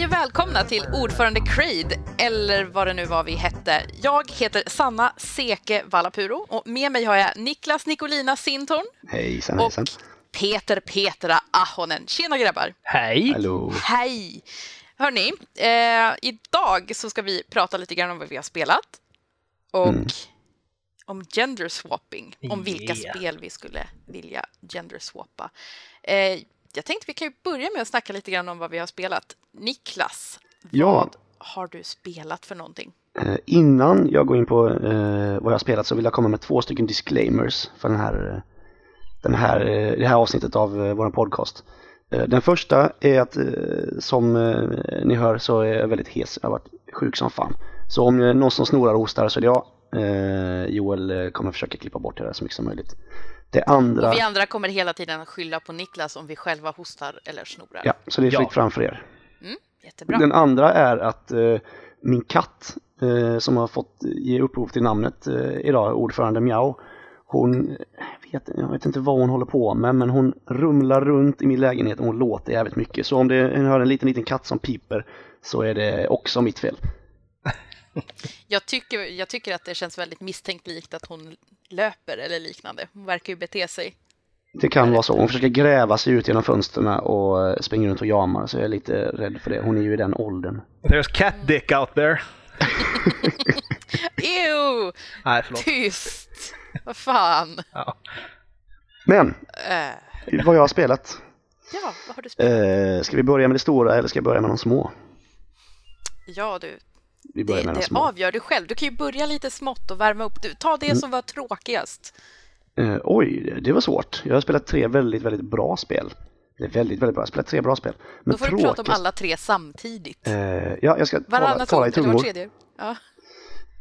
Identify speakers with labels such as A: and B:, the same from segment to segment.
A: välkomna till ordförande Creed, eller vad det nu var vi hette. Jag heter Sanna Seke Vallapuro och med mig har jag Niklas Nicolina Sintorn
B: Hejsan
A: och
B: hejsan.
A: Peter Petra Ahonen. Tjena grabbar!
C: Hej!
B: Hallå.
A: Hej! Hörni, eh, idag så ska vi prata lite grann om vad vi har spelat och om gender swapping, om vilka
C: Yeah.
A: spel vi skulle vilja gender swappa. Eh, jag tänkte vi kan ju börja med att snacka lite grann om vad vi har spelat. Niklas,
B: Ja,
A: vad har du spelat för någonting?
B: eh, innan jag går in på eh, vad jag har spelat så vill jag komma med två stycken disclaimers för den här, eh, den här, eh, det här avsnittet av eh, vår podcast. Eh, den första är att eh, som eh, ni hör så är jag väldigt hes, jag har varit sjuk som fan. Så om eh, någon som snorar och hostar så är det jag. Eh, Joel eh, kommer försöka klippa bort det där så mycket som möjligt. Det andra...
A: Och vi andra kommer hela tiden att skylla på Niklas om vi själva hostar eller snorar.
B: Ja, så det är
C: Ja.
B: fritt fram för er.
A: Jättebra.
B: Den andra är att eh, min katt eh, som har fått ge upphov till namnet eh, idag, ordförande Miao, hon, jag vet, jag vet inte vad hon håller på med, men hon rumlar runt i min lägenhet och hon låter jävligt mycket. Så om det, ni hör en liten, liten katt som piper så är det också mitt fel.
A: Jag, tycker, jag tycker att det känns väldigt misstänkt likt att hon löper eller liknande. Hon verkar ju bete sig.
B: Det kan vara så. Hon försöker gräva sig ut genom fönstren och eh, springer runt och jamar, så jag är lite rädd för det. Hon är ju i den åldern.
C: There's cat dick out there.
A: Ew!
C: Nej, förlåt.
A: Tyst! Vad fan!
C: Ja.
B: Men,
A: Eh,
B: vad jag har spelat.
A: ja, vad har du spelat?
B: Eh, ska vi börja med det stora eller ska jag börja med de små? Eh,
A: Ja, du.
B: Vi börjar
A: Det,
B: med de
A: det
B: små.
A: avgör du själv. Du kan ju börja lite smått och värma upp. Du, ta
B: Mm.
A: det som var tråkigast.
B: Eh, oj, det var svårt. Jag har spelat tre väldigt, väldigt bra spel. Det är väldigt, väldigt bra. Jag har spelat tre bra spel. Men
A: Då får du
B: tråkigt.
A: prata om alla tre samtidigt.
B: Eh, ja, jag ska tala,
A: Varannat
B: tala i
A: ord, eller var
B: tungor.
A: tredje. Ja.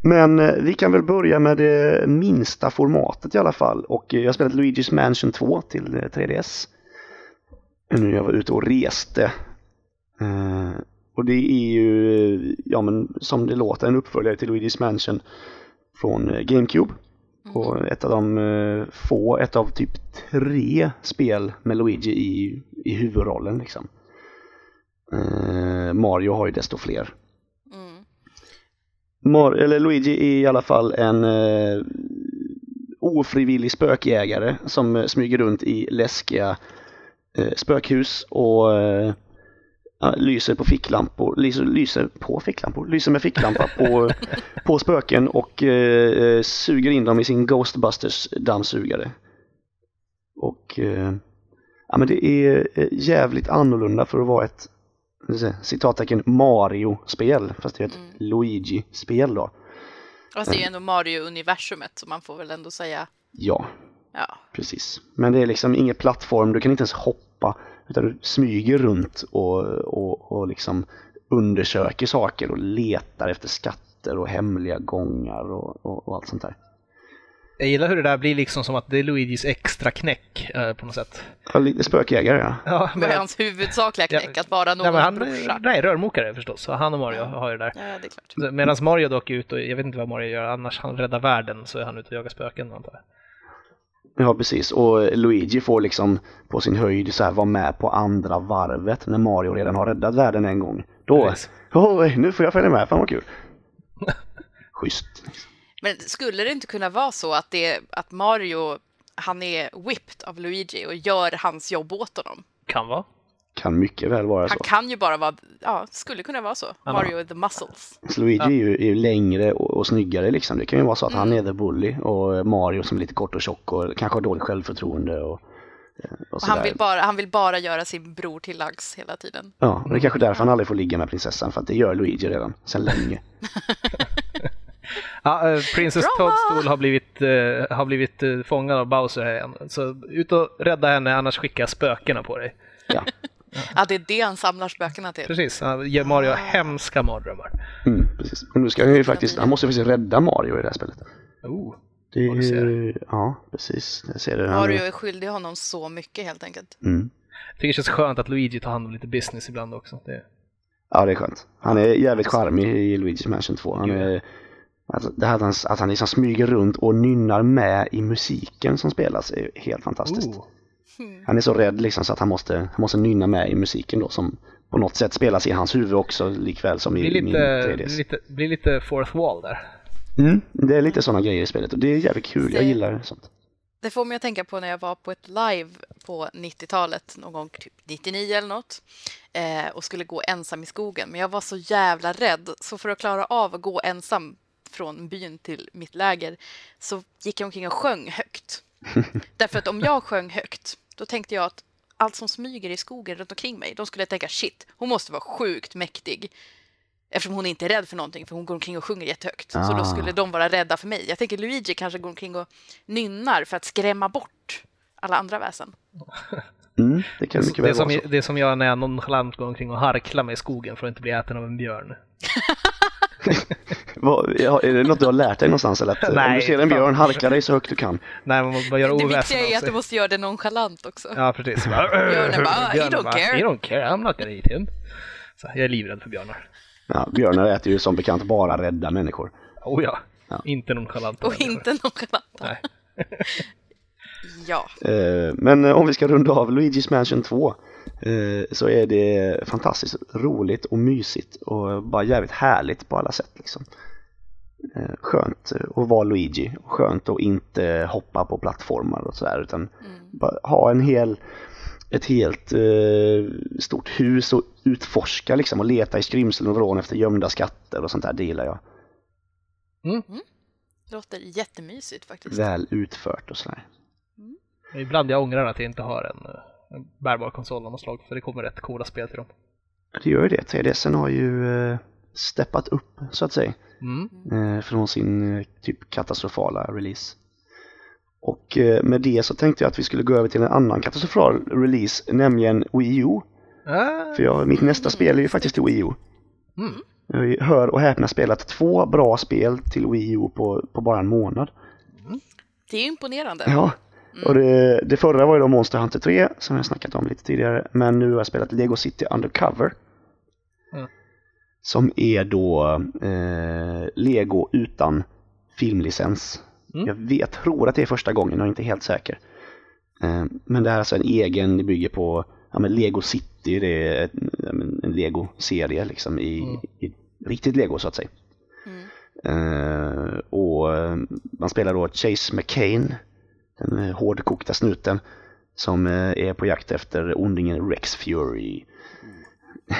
B: Men eh, vi kan väl börja med det minsta formatet i alla fall. Och eh, jag har spelat Luigi's Mansion 2 till eh, 3DS. Nu när jag var ute och reste. Eh, och det är ju, eh, ja men som det låter, en uppföljare till Luigi's Mansion från eh, GameCube. Och ett av de eh, få, ett av typ tre spel med Luigi i, i huvudrollen liksom. Eh, Mario har ju desto fler.
A: Mm.
B: Mar- eller Luigi är i alla fall en eh, ofrivillig spökjägare som eh, smyger runt i läskiga eh, spökhus och eh, ja, lyser på ficklampor, lyser, lyser på ficklampor, lyser med ficklampa på, på spöken och eh, eh, suger in dem i sin Ghostbusters-dammsugare. Och eh, ja, men det är eh, jävligt annorlunda för att vara ett ska vi säga, citattecken Mario-spel, fast det är ett Luigi-spel då.
A: Fast det är ju ändå Mario-universumet, så man får väl ändå säga
B: Ja,
A: ja.
B: precis. Men det är liksom ingen plattform, du kan inte ens hoppa, utan du smyger runt och, och, och liksom undersöker saker och letar efter skatter och hemliga gångar och, och, och allt sånt där.
C: Jag gillar hur det där blir liksom som att det är Luigis extra knäck eh, på något sätt.
B: Ja, lite Spökjägare ja.
C: Ja,
A: Det var hans huvudsakliga knäck,
C: Ja,
A: att vara
C: nej,
A: någons
C: men han,
A: brorsa.
C: nej, rörmokare förstås. Så han och Mario har ju det
A: Ja, det är klart.
C: där. Medan Mario dock är ute och, jag vet inte vad Mario gör annars, han räddar världen så är han ute och jagar spöken antar jag.
B: Ja, precis. Och Luigi får liksom på sin höjd så här vara med på andra varvet när Mario redan har räddat världen en gång. Då,
C: Precis.
B: oj, nu får jag följa med, fan vad kul. Schysst.
A: Men skulle det inte kunna vara så att, det, att Mario, han är whipped av Luigi och gör hans jobb åt honom?
C: Kan vara.
B: Kan mycket väl vara
A: Han
B: så.
A: kan ju bara vara, ja, skulle kunna vara så.
C: Ja.
A: Mario är the muscles.
B: Så Luigi är, ju, är ju längre och, och snyggare liksom. Det kan ju vara så att han
A: Mm.
B: är the bully och Mario som är lite kort och tjock och kanske har dåligt självförtroende och, eh, och
A: Och han,
B: sådär.
A: vill bara, han vill bara göra sin bror till lags hela tiden.
B: Ja, och det är kanske därför han aldrig får ligga med prinsessan för att det gör Luigi redan sedan länge.
C: Ja, eh, Princess
A: Drama!
C: Toadstool har blivit, eh, har blivit eh, fångad av Bowser här igen. Så ut och rädda henne annars skickar jag spökena på dig.
B: Ja.
A: Ja, det är det han samlar spökena till.
C: Precis, han ger Mario hemska mardrömmar.
B: Mm, precis. Men nu ska han ju faktiskt, han måste faktiskt rädda Mario i det här spelet.
C: Oh.
B: Det
C: Ja, du ser.
B: är, ja, precis. Jag ser det. Han
A: Mario
B: är-
A: är skyldig honom så mycket helt enkelt.
B: Mm.
C: Jag tycker det känns skönt att Luigi tar hand om lite business ibland också. Det,
B: Ja, det är skönt. Han är jävligt charmig i Luigi's Mansion 2. Han är, att, det här att han, att han liksom smyger runt och nynnar med i musiken som spelas är helt fantastiskt.
C: oh.
B: Han är så rädd liksom så att han måste, han måste nynna med i musiken då som på något sätt spelas i hans huvud också likväl som i
C: Blir
B: min
C: lite,
B: 3DS.
C: blir lite, blir lite fourth wall där.
B: Mm, det är lite sådana grejer i spelet och det är jävligt kul. Jag
A: Se.
B: gillar sånt.
A: Det får mig att tänka på när jag var på ett live på 90-talet, någon gång typ 99 eller något, eh, och skulle gå ensam i skogen. Men jag var så jävla rädd, så för att klara av att gå ensam från byn till mitt läger så gick jag omkring och sjöng högt. Därför att om jag sjöng högt, då tänkte jag att allt som smyger i skogen runt omkring mig, de skulle tänka shit, hon måste vara sjukt mäktig. Eftersom hon inte är rädd för någonting, för hon går omkring och sjunger jättehögt. Så då
B: Ah.
A: skulle de vara rädda för mig. Jag tänker Luigi kanske går omkring och nynnar för att skrämma bort alla andra väsen.
B: Mm, det kan mycket
C: Det är,
B: väl
C: som,
B: vara så.
C: det är som jag när jag nonchalant går omkring och harklar mig i skogen för att inte bli äten av en björn.
B: Vad, ja, är det något du har lärt dig någonstans eller? Att, eh, om du
C: Nej,
B: ser en
C: fan.
B: björn, harkla dig så högt du kan.
C: Nej, man bara gör
A: Det
C: oväsen
A: viktiga är
C: av
B: alltså.
A: att du
C: sig.
A: måste göra det nonchalant också.
C: Ja, precis. Björnen
A: Björnen bara, "Ah, he don't care."
C: He don't care, I'm not gonna eat him. Så jag är livrädd för björnar.
B: Ja, björnar äter ju som bekant bara rädda människor.
C: Oh ja,
B: Ja.
C: inte nonchalant.
A: Och inte nonchalanta.
C: Nej.
A: Ja.
B: Eh, Men eh, om vi ska runda av Luigi's Mansion 2 eh, så är det fantastiskt roligt och mysigt och bara jävligt härligt på alla sätt. Liksom. Eh, Skönt eh, att vara Luigi, och skönt att inte hoppa på plattformar och sådär utan bara ha en hel ett helt eh, stort hus och utforska liksom och leta i skrymslen och vrån efter gömda skatter och sånt där, det gillar jag.
A: Låter jättemysigt faktiskt.
B: Väl utfört och sådär.
C: Men Ibland jag ångrar att jag inte har en, eh, en bärbar konsol av något slag, för det kommer rätt coola spel till dem.
B: Det gör ju det, 3DSen har ju eh, steppat upp så att säga.
C: Mm.
B: eh, från sin eh, typ katastrofala release. Och eh, med det så tänkte jag att vi skulle gå över till en annan katastrofal release, nämligen Wii U.
C: Ah, mm.
B: För jag, mitt nästa spel är ju faktiskt till Wii U. Jag hör och häpna spelat två bra spel till Wii U på, på bara en månad.
A: Det är imponerande.
B: Ja,
C: Mm.
B: och det, det förra var ju då Monster Hunter 3 som jag snackat om lite tidigare. Men nu har jag spelat Lego City Undercover.
C: Mm.
B: Som är då eh, Lego utan filmlicens.
C: Mm.
B: Jag vet, tror att det är första gången, jag är inte helt säker. Eh, men det här är alltså en egen, det bygger på ja, men Lego City, det är ett, ja, men en Lego-serie liksom i,
C: Mm.
B: i riktigt Lego så att säga.
A: Mm.
B: Eh, och eh, man spelar då Chase McCain, den eh, hårdkokta snuten, som eh, är på jakt efter ondingen Rex Fury.
A: Det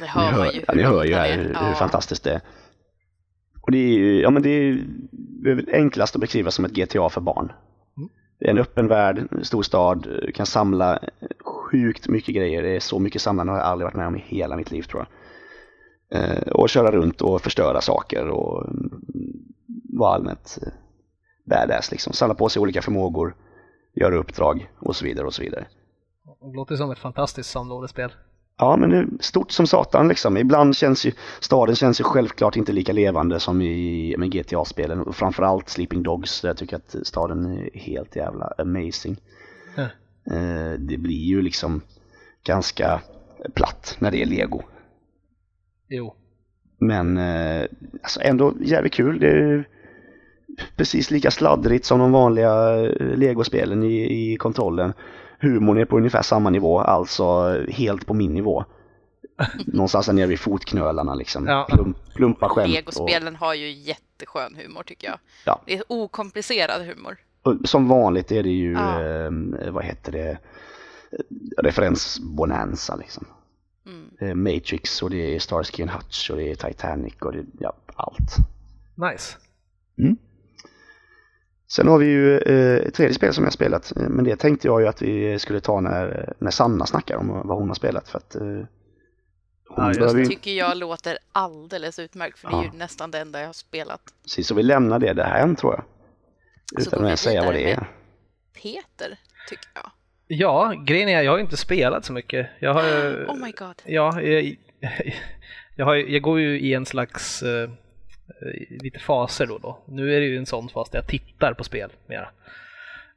B: Ni
A: hör man
B: hör,
A: ju.
B: ja, ni hör ju
A: roligt
B: här
A: det är.
B: hur,
A: Ja.
B: hur fantastiskt det är. Och det är ju, ja men det är ju det är väl enklast att beskriva som ett GTA för barn.
C: Mm.
B: Det är en öppen värld, en stor stad, du kan samla sjukt mycket grejer. Det är så mycket samlande har jag aldrig varit med om i hela mitt liv tror jag. Eh, och köra runt och förstöra saker och mm, vara allmänt eh, badass liksom. Samla på sig olika förmågor, göra uppdrag och så vidare och så vidare.
C: det låter som ett fantastiskt samlådespel.
B: Ja, men det är stort som satan liksom. Ibland känns ju staden känns ju självklart inte lika levande som i men GTA-spelen och framförallt Sleeping Dogs. där Jag tycker att staden är helt jävla amazing.
C: Huh.
B: Eh, Det blir ju liksom ganska platt när det är lego.
C: Jo.
B: Men eh, alltså ändå jävligt kul. Det är precis lika sladdrigt som de vanliga eh, legospelen i, i kontrollen. Humorn är på ungefär samma nivå, alltså helt på min nivå. Någonstans där nere vid fotknölarna liksom.
C: Ja.
B: Plump, plumpa skämt. Och,
A: Legospelen har ju jätteskön humor tycker jag.
B: Ja.
A: Det är okomplicerad humor.
B: och som vanligt är det ju,
A: Ja.
B: eh, vad heter det, Eh, referensbonanza liksom.
A: Mm.
B: Det är Matrix och det är Starsky and Hutch och det är Titanic och det, ja, allt.
C: Nice.
B: Sen har vi ju eh, ett tredje spel som jag har spelat, eh, men det tänkte jag ju att vi skulle ta när, när Sanna snackar om vad hon har spelat för att eh, hon
C: Ja, just
B: behöver ju-
A: Tycker jag låter alldeles utmärkt för det är ju nästan det enda jag har spelat.
B: Precis, så vi lämnar det därhän tror jag.
A: Så går
B: Utan
A: vi
B: att ens säga vad
A: vidare
B: det är.
A: Peter, tycker jag.
C: Ja, grejen är jag har ju inte spelat så mycket. Jag har ju-
A: Oh my god.
C: Ja, jag, jag, har, ju- jag går ju i en slags eh, eh, lite faser då, då. Nu är det ju en sån fas där jag tittar på spel mera.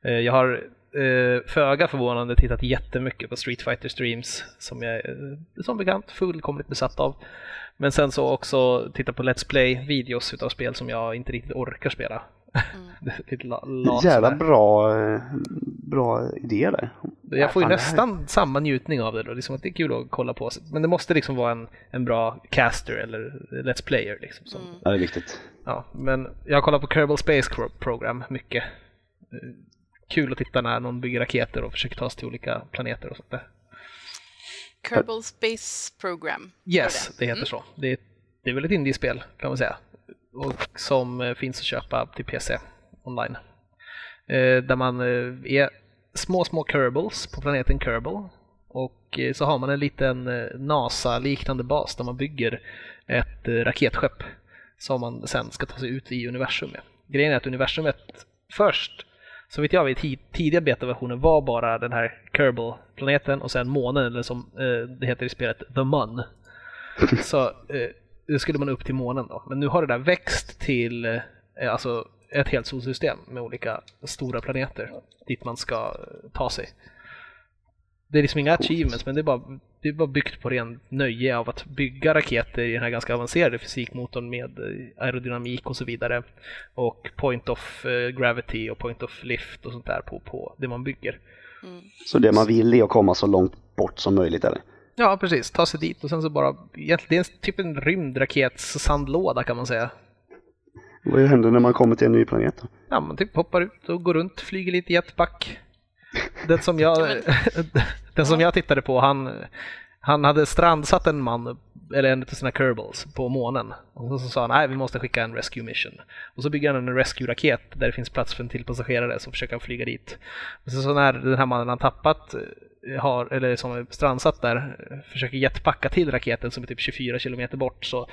C: Eh, jag har eh, föga förvånande tittat jättemycket på Street Fighter Streams som jag eh, som bekant fullkomligt besatt av. Men sen så också titta på Let's Play-videos utav spel som jag inte riktigt orkar spela. Mm. Lite la- lat
B: Jävla
C: sådär.
B: bra, eh, bra idé där.
C: Jag får ju
B: fan, det här-
C: nästan samma njutning av det då, liksom att det är kul att kolla på. Men det måste liksom vara en, en bra caster eller Let's Player liksom. Som,
B: Ja, det är viktigt.
C: ja, men jag kollar på Kerbal Space Cro- Program mycket. Eh, Kul att titta när någon bygger raketer och försöker ta sig till olika planeter och sånt där.
A: Kerbal Space Program.
C: Yes, det heter så. Det, det är väl ett indiespel kan man säga. Och som eh, finns att köpa till PC online. Eh, där man eh, är små, små Kerbals på planeten Kerbal. Och eh, så har man en liten eh, NASA-liknande bas där man bygger ett eh, raketskepp som man sen ska ta sig ut i universum med. Grejen är att universumet först, så vitt jag vet, i tidiga betaversionen var bara den här Kerbal-planeten och sen månen, eller som eh, det heter i spelet, The Mun. Så eh, då skulle man upp till månen då. Men nu har det där växt till eh, alltså ett helt solsystem med olika stora planeter dit man ska eh, ta sig. Det är liksom inga achievements, men det är, bara, det är bara byggt på ren nöje av att bygga raketer i den här ganska avancerade fysikmotorn med eh, aerodynamik och så vidare. Och point of eh, gravity och point of lift och sånt där på, på det man bygger.
B: Så det man vill är att komma så långt bort som möjligt eller?
C: Ja, precis. Ta sig dit och sen så bara... Egentligen, det är en- typ en rymdraketssandlåda kan man säga.
B: Vad händer när man kommer till en ny planet då?
C: Ja, man typ hoppar ut och går runt, flyger lite jetpack. Den som jag, den som jag tittade på, han, han hade strandsatt en man, eller en av sina Kerbals, på månen. Och så sa han nej, vi måste skicka en rescue mission. Och så bygger han en rescue-raket där det finns plats för en till passagerare, så försöker han flyga dit. Och så, så när den här mannen har tappat, eh, har, eller som är strandsatt där, eh, försöker jetpacka till raketen som är typ 24 kilometer bort, så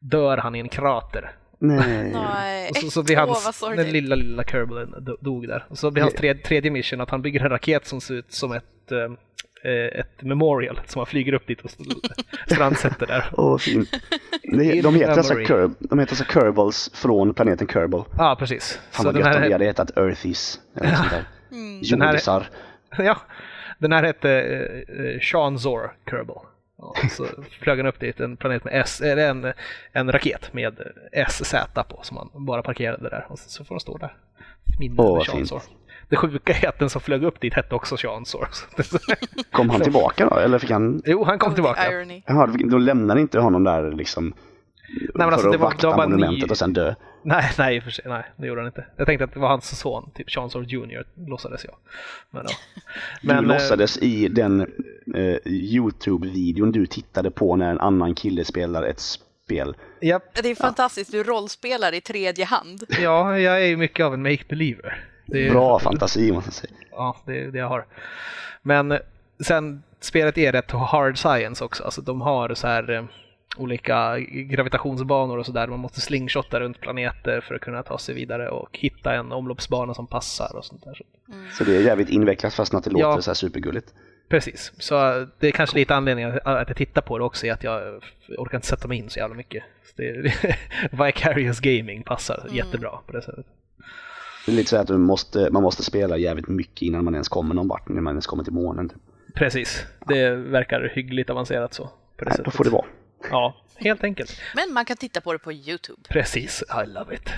C: dör han i en krater.
B: Nej.
A: Nej,
C: Och så, så blir
A: eh, åh, vad
C: hans,
A: sorgligt.
C: den lilla, lilla Kerbalen do- dog där. Och så
B: Mm.
C: blir hans tredje, tredje mission att han bygger en raket som ser ut som ett, eh, eh, ett memorial som han flyger upp dit och st- strandsätter där.
B: Åh, fint. De, de, heter alltså
C: memory.
B: Kerb, de heter alltså Kerbals från planeten Kerbal.
C: Ja, ah, precis.
B: Fan
C: Så
B: vad
C: den
B: gött om vi
C: här,
B: hade hetat Earthies. Eller något sånt där.
C: Den här-
B: Jordisar.
C: ja, den här hette eh, eh, Sean Zor Kerbal. Ja, och så flög han upp dit, en planet med S, eller en, en raket med SZ på som han bara parkerade där. Och så, så får han stå där. Minne
B: Åh,
C: med
B: vad
C: Sean
B: fint.
C: Zor. Det sjuka är att den som flög upp dit hette också Sean Zor. Så det-
B: Kom han tillbaka då? Eller fick han...
C: Jo, han kom
A: Oh, the
C: tillbaka.
A: Irony.
B: Jaha, då lämnade inte honom där liksom.
C: men alltså,
B: för att
C: det var-
B: vakta
C: det var bara ny-
B: monumentet och sen dö.
C: Nej, nej, i och för sig, nej, det gjorde han inte. Jag tänkte att det var hans son, typ Chancellor Junior, låtsades jag. Men, ja.
B: du
C: Men, eh,
B: låtsades i den eh, Youtube-videon du tittade på när en annan kille spelar ett spel.
C: japp,
A: Det är fantastiskt, du rollspelar i tredje hand.
C: ja, jag är ju mycket av en make believer. Det är,
B: Bra fantasi måste jag säga.
C: Ja, det är det jag har. Men eh, sen, spelet är rätt hard science också. Alltså de har så här eh, olika gravitationsbanor och sådär. Man måste slingshotta runt planeter för att kunna ta sig vidare och hitta en omloppsbana som passar och sånt där. Så
B: Så det är jävligt invecklat fastän att det låter
C: Ja.
B: så här supergulligt.
C: Precis, så det är kanske lite anledningen att jag tittar på det också är att jag orkar inte sätta mig in så jävla mycket. Så det Vicarious Gaming passar
A: Mm.
C: jättebra på det sättet.
B: Det är lite så här att du måste, man måste spela jävligt mycket innan man ens kommer någon vart, innan man ens kommer till månen. Typ.
C: Precis, det verkar hyggligt avancerat så. På det
B: Nej, då
C: sättet.
B: får det vara.
C: Ja, helt enkelt.
A: Men man kan titta på det på Youtube.
C: Precis, I love it.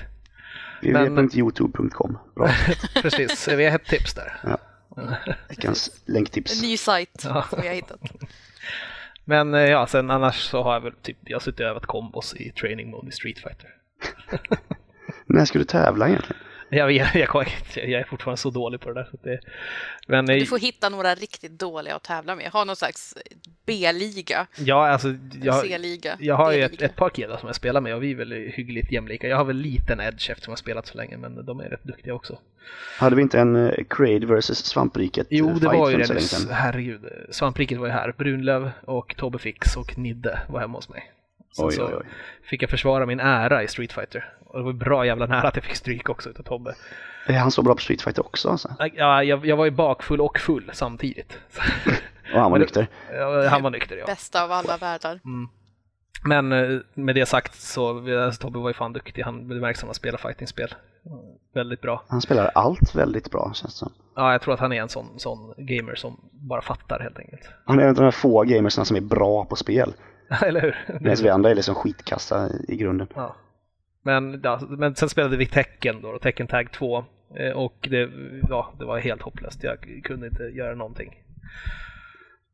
B: www.youtube.com. Bra.
C: Precis, vi har ett tips där.
B: Veckans
A: En
B: länktips.
A: ny sajt som jag har hittat.
C: Men eh, ja, sen annars så har jag väl typ, jag har suttit och övat kombos i training mode i Street Fighter.
B: När ska du tävla egentligen?
C: Jag, vet- jag, kommer- jag är fortfarande så dålig på det där. Så att det, men, eh,
A: Du får hitta några riktigt dåliga att tävla med. Ha någon slags B-liga,
C: ja, alltså, jag,
A: C-liga,
C: Jag har ju ett,
A: D-liga.
C: ett par killar som jag spelar med och vi är väl hyggligt jämlika. Jag har väl liten edge eftersom jag har spelat så länge men de är rätt duktiga också.
B: Hade vi inte en eh, Creed vs Svampriket
C: Jo,
B: eh,
C: det var
B: för
C: ju det
B: inte så länge
C: nyss.
B: sedan?
C: Herregud. Svampriket var ju här. Brunlöv och Tobbe Fix och Nidde var hemma hos mig. Sen
B: Oj,
C: så
B: oj, oj.
C: fick jag försvara min ära i Street Fighter. Och det var bra jävla nära att jag fick stryk också utav Tobbe.
B: Är han så bra på Street Fighter också alltså?
C: Ja, jag, jag var ju bakfull och full samtidigt. Så-
B: Och han var
C: Men-
B: nykter?
C: Ja, Han var nykter ja.
A: Bästa av alla världar.
C: Men eh, med det sagt så, alltså, Tobbe var ju fan duktig. Han, det märks att han spelar fightingspel. Väldigt bra.
B: Han spelar allt väldigt bra känns det som.
C: Ja, jag tror att han är en sån, sån gamer som bara fattar helt enkelt.
B: Han är en av de få gamersna som är bra på spel.
C: Eller hur?
B: Medan vi andra är liksom skitkassa i- i grunden.
C: Ja. Men, ja, men sen spelade vi Tekken då, och Tekken Tag 2. Eh, Och det, ja, det var helt hopplöst. Jag kunde inte göra någonting.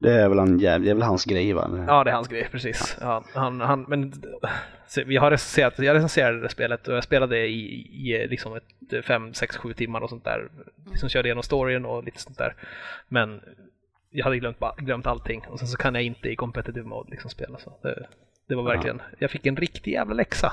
B: Det är väl, han, jäv- det är väl hans grej va?
C: Ja, det är hans grej, precis. Ja, han, han, men, så jag, har recenserat, jag recenserade det spelet och jag spelade det i, i liksom ett 5, 6, 7 timmar och sånt där. Liksom körde igenom storyn och lite sånt där. Men jag hade glömt, ba- glömt allting och sen så kan jag inte i competitive mode liksom spela. Så det, det var verkligen, jag fick en riktig jävla läxa.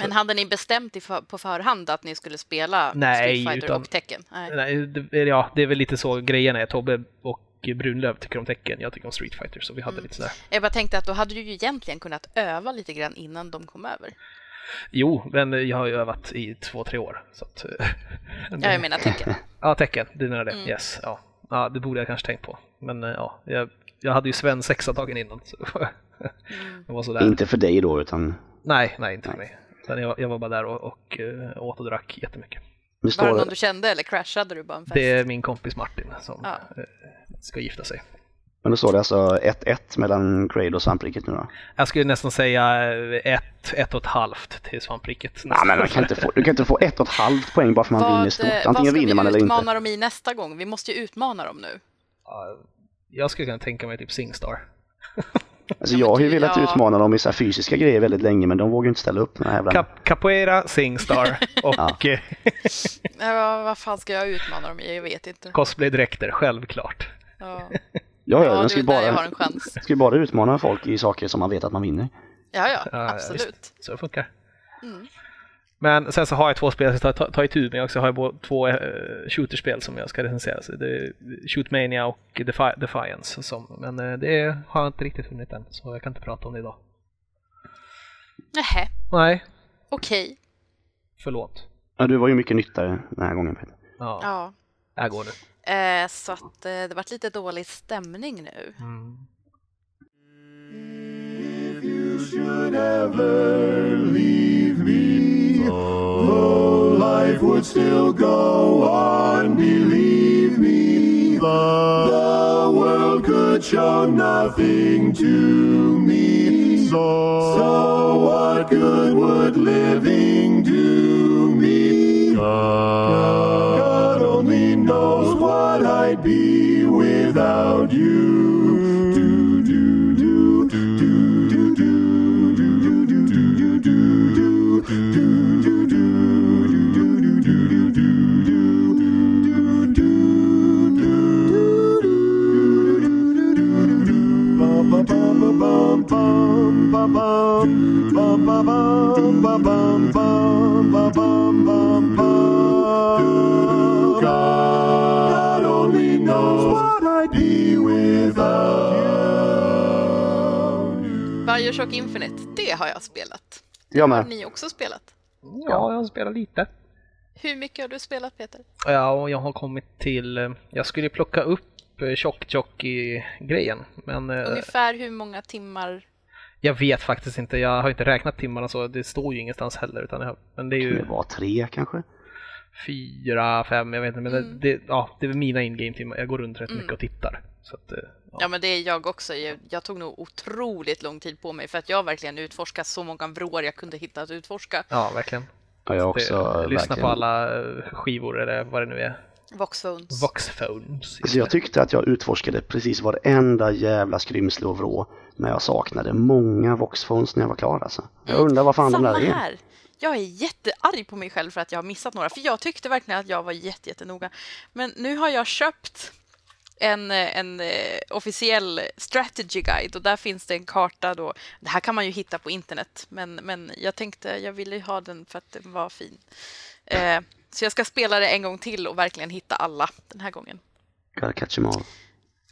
A: Men hade ni bestämt i för, på förhand att ni skulle spela
C: Nej,
A: Street Fighter
C: utan-
A: och tecken? Nej.
C: Nej, det, ja, det är väl lite så grejen är. Tobbe och Brunlöv tycker om tecken, jag tycker om Street Fighter så vi hade lite sådär.
A: Jag bara tänkte att då hade du ju egentligen kunnat öva lite grann innan de kom över.
C: Jo, men jag har ju övat i två, tre år. Så att,
A: Ja, jag menar tecken.
C: Ja, tecken. Du menar det? Yes. Ja. ja, det borde jag kanske tänkt på. Men eh, ja, jag, jag hade ju svensexa dagen innan. Så det var sådär.
B: Inte för dig då utan
C: Nej, nej, inte för mig. Utan Jag, jag var bara där och, och eh, åt och drack jättemycket.
B: nu
A: Var det
B: står
A: någon
B: det,
A: du kände eller crashade du bara en fest?
C: Det är min kompis Martin som
A: Ja.
C: eh, ska gifta sig.
B: men nu står det alltså 1-1 mellan Kraid och Svampriket nu då.
C: Jag skulle nästan säga eh, ett, ett och ett halvt till svampriket.
B: Nej men man kan inte få, du kan inte få ett och ett halvt poäng bara för man vinner stort.
A: eh,
B: Antingen vinner man
A: Vad
B: eller
A: ska vi
B: inte.
A: utmana dem i nästa gång? Vi måste ju utmana dem nu.
C: Ja, Jag skulle kunna tänka mig typ Singstar.
B: Alltså jag har ju
A: Ja, men
B: velat
A: ja.
B: utmana dem i så här fysiska grejer väldigt länge men de vågar ju inte ställa upp den här jävla...
C: Cap- Capoeira, Singstar och eh,
A: Ja, vad fan ska jag utmana dem i? Jag vet inte.
C: cosplaydräkter, självklart.
A: Ja,
B: Ja, ja,
A: ja
B: den
A: du,
B: ska ju
A: där jag
B: bara,
A: har en chans.
B: ska ju bara utmana folk i saker som man vet att man vinner.
A: Ja, ja,
C: Ja, ja,
A: absolut.
C: Så det funkar. Men sen så har jag två spel jag ska ta, ta, ta itu med också. Jag har bo- två eh, shooterspel som jag ska recensera. Så det är Shootmania och Defi- Defiance. Som, men eh, det har jag inte riktigt hunnit än, så jag kan inte prata om det idag.
A: Nähä,
C: Nej,
A: okej.
C: förlåt.
B: Ja, du var ju mycket nyttare den här gången Peter.
C: Ja,
A: Ja.
C: det här går nu.
A: Eh, så att eh, det vart lite dålig stämning nu.
D: should ever leave me, though life would still go on. Believe me, the world could show nothing to me. So, so what good would living do me? God, only knows what I'd be without you. Do, do, do, do, do, do, do. God only knows what I'd be without you.
A: Bioshock Infinite, det har jag spelat.
B: Jag
A: Har
B: med.
A: ni också spelat?
C: Ja, jag spelar lite.
A: Hur mycket har du spelat Peter?
C: Ja, och jag har kommit till... eh, Jag skulle plocka upp eh, tjock tjock i grejen men eh,
A: Ungefär hur många timmar?
C: jag vet faktiskt inte. Jag har inte räknat timmarna så. Det står ju ingenstans heller. Utan jag, men det är ju...
B: Det var tre kanske?
C: fyra, fem, jag vet inte. Men
A: Mm.
C: det, det, ja, det är mina in-game-timmar. Jag går runt rätt mycket och tittar. Så att, eh, ja.
A: Ja men det är jag också. Jag, jag tog nog otroligt lång tid på mig för att jag verkligen utforskat så många vrår jag kunde hitta att utforska.
C: ja, verkligen.
B: Ja, jag
C: Det,
B: också.
C: lyssna
B: verkligen.
C: på alla eh, skivor eller vad det nu är.
A: Voxphones.
C: Voxphones.
B: Alltså jag tyckte att jag utforskade precis varenda jävla skrymsle och vrå. Men jag saknade många voxphones när jag var klar alltså. Jag undrar vad fan
A: Mm. Samma
B: de där är.
A: här! Jag är jättearg på mig själv för att jag har missat några, för jag tyckte verkligen att jag var jätte, jättenoga. Men nu har jag köpt en, eh, en eh, officiell strategy guide och där finns det en karta då. Det här kan man ju hitta på internet, men, men jag tänkte jag ville ju ha den för att den var fin. Eh, så jag ska spela det en gång till och verkligen hitta alla den här gången.
B: Gotta catch 'em all.